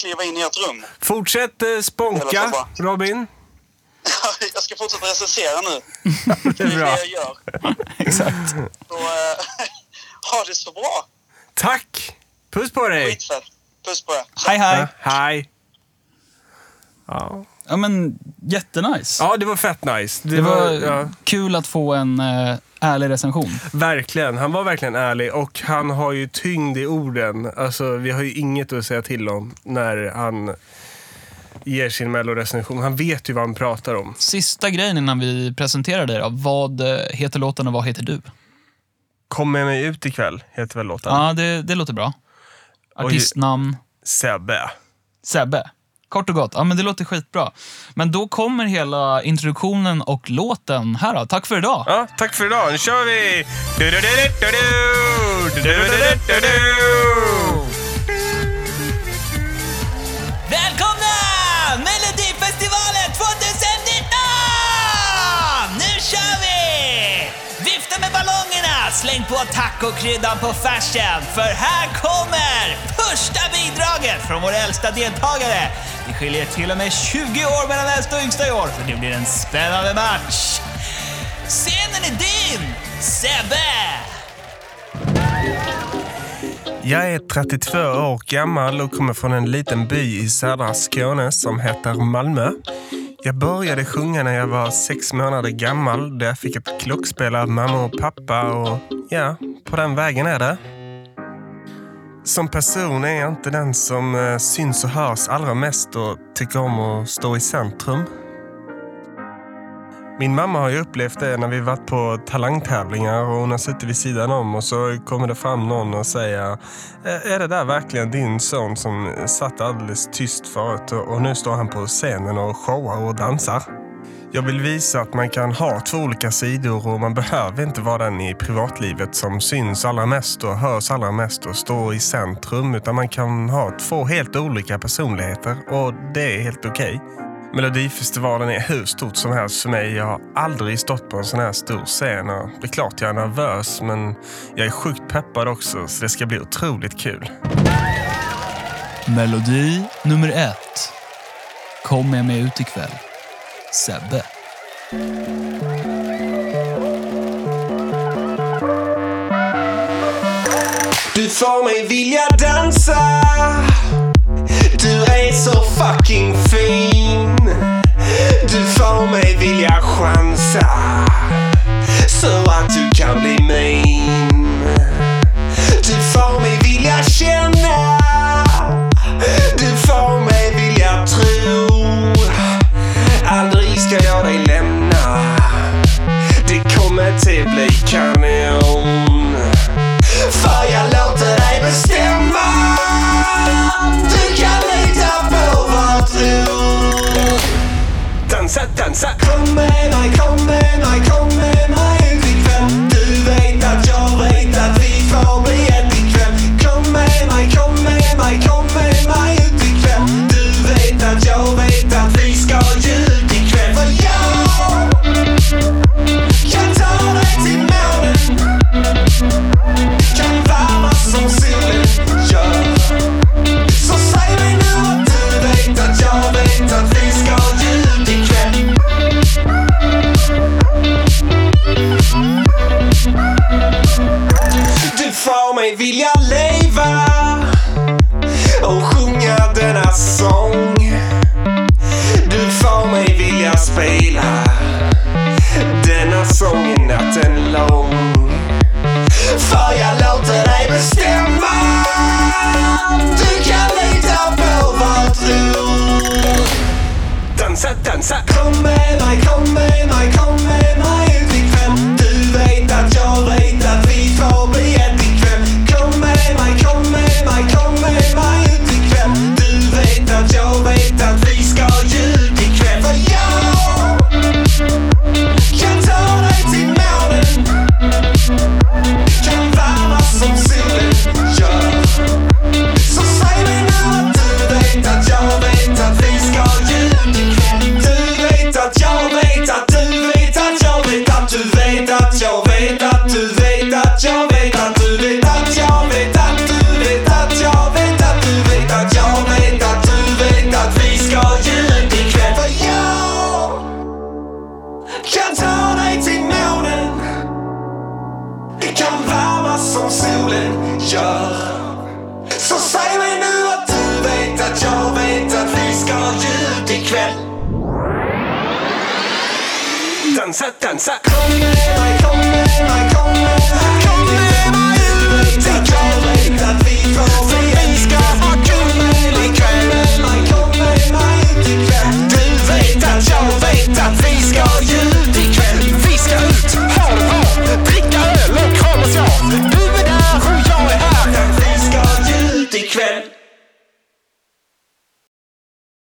[SPEAKER 7] kliva in i ert rum.
[SPEAKER 4] Fortsätt eh,
[SPEAKER 7] Det låter
[SPEAKER 4] sponka,
[SPEAKER 7] bra.
[SPEAKER 4] Robin.
[SPEAKER 7] jag ska fortsätta recensera nu.
[SPEAKER 4] Det är
[SPEAKER 7] Det är
[SPEAKER 4] bra.
[SPEAKER 7] det jag gör.
[SPEAKER 3] Exakt.
[SPEAKER 7] Så, eh, ha det så bra.
[SPEAKER 4] Tack! Puss på dig!
[SPEAKER 7] Skitfett. Puss på er.
[SPEAKER 3] Hej, hej.
[SPEAKER 4] Ja, Hej! Ja.
[SPEAKER 3] Ja, men jättenice.
[SPEAKER 4] ja, det var fett nice. Det,
[SPEAKER 3] Det
[SPEAKER 4] var,
[SPEAKER 3] var
[SPEAKER 4] ja,
[SPEAKER 3] kul att få en eh, ärlig recension.
[SPEAKER 4] verkligen. Han var verkligen ärlig och han har ju tyngd i orden. Alltså, vi har ju inget att säga till om när han ger sin mellorecension. Han vet ju vad han pratar om.
[SPEAKER 3] Sista grejen innan vi presenterar dig då. Vad eh, heter låten och vad heter du?
[SPEAKER 4] Kom med mig ut ikväll, heter väl låten?
[SPEAKER 3] Ja, det, det låter bra. Artistnamn?
[SPEAKER 4] Sebbe.
[SPEAKER 3] Sebbe. Kort och gott. Ja, men det låter skitbra. Men då kommer hela introduktionen och låten här då. Tack för idag.
[SPEAKER 4] Ja, tack för idag. Nu kör vi! Du-du-du-du-du-du! Du-du-du-du-du-du!
[SPEAKER 10] Välkomna! Melodifestivalen 2019! Nu kör vi! Vifta med ballongerna, släng på tacokryddan på färsen för här kommer första bidraget från vår äldsta deltagare. Det skiljer till och med 20 år mellan äldsta och yngsta i år för det blir en spännande match. Scenen är din, Sebbe!
[SPEAKER 4] Jag är 32 år gammal och kommer från en liten by i södra Skåne som heter Malmö. Jag började sjunga när jag var sex månader gammal där jag fick ett klockspel av mamma och pappa och ja, på den vägen är det. Som person är jag inte den som eh, syns och hörs allra mest och tycker om att stå i centrum. Min mamma har ju upplevt det när vi varit på talangtävlingar och hon har suttit vid sidan om och så kommer det fram någon och säger "Ä- Är det där verkligen din son som satt alldeles tyst förut och och nu står han på scenen och showar och dansar? Jag vill visa att man kan ha två olika sidor och man behöver inte vara den i privatlivet som syns allra mest och hörs allra mest och står i centrum utan man kan ha två helt olika personligheter och det är helt okej. Melodifestivalen är hur stort som helst för mig. Jag har aldrig stått på en sån här stor scen. Och det är klart jag är nervös, men jag är sjukt peppad också så det ska bli otroligt kul.
[SPEAKER 3] Melodi nummer ett. Kom med mig ut ikväll. Sebbe.
[SPEAKER 11] Du får mig vilja dansa Du är så fucking fin Du får mig vilja chansa Så att du kan bli min Du får mig vilja känna Du får mig vilja tro Aldrig ska jag dig lämna Det kommer till bli kanon för jag låter dig bestämma Du kan lita på vårt ord Dansa, dansa Kom med mig, kom med mig, kom med mig ut ikväll
[SPEAKER 3] lång För jag låter dig bestämma Du kan lita på vad du Dansa, dansa Kom med mig, kom med mig, kom med mig ut ikväll Du vet att jag vet att vi får bli ett ikväll Kom med mig, kom med mig, kom med mig ut ikväll Du vet att jag vet att vi ska ju ut ikväll För jag kan ta dig till månen Vi kan värma som solen gör så säg mig nu att du vet att jag vet att vi ska ut ikväll Du vet att jag vet att du vet att jag vet att du vet att jag vet att du vet att jag vet att du vet att jag vet att du vet att jag vet att du vet att jag vet att du vet att vi ska ut ikväll För jag kan ta dig till månen Vi kan värma som solen gör så säg mig nu att du vet att jag vet att vi ska ut ikväll Dansa, dansa Kom med mig, kom med mig, kom med mig Kom med mig ut ikväll Jag vet att vi får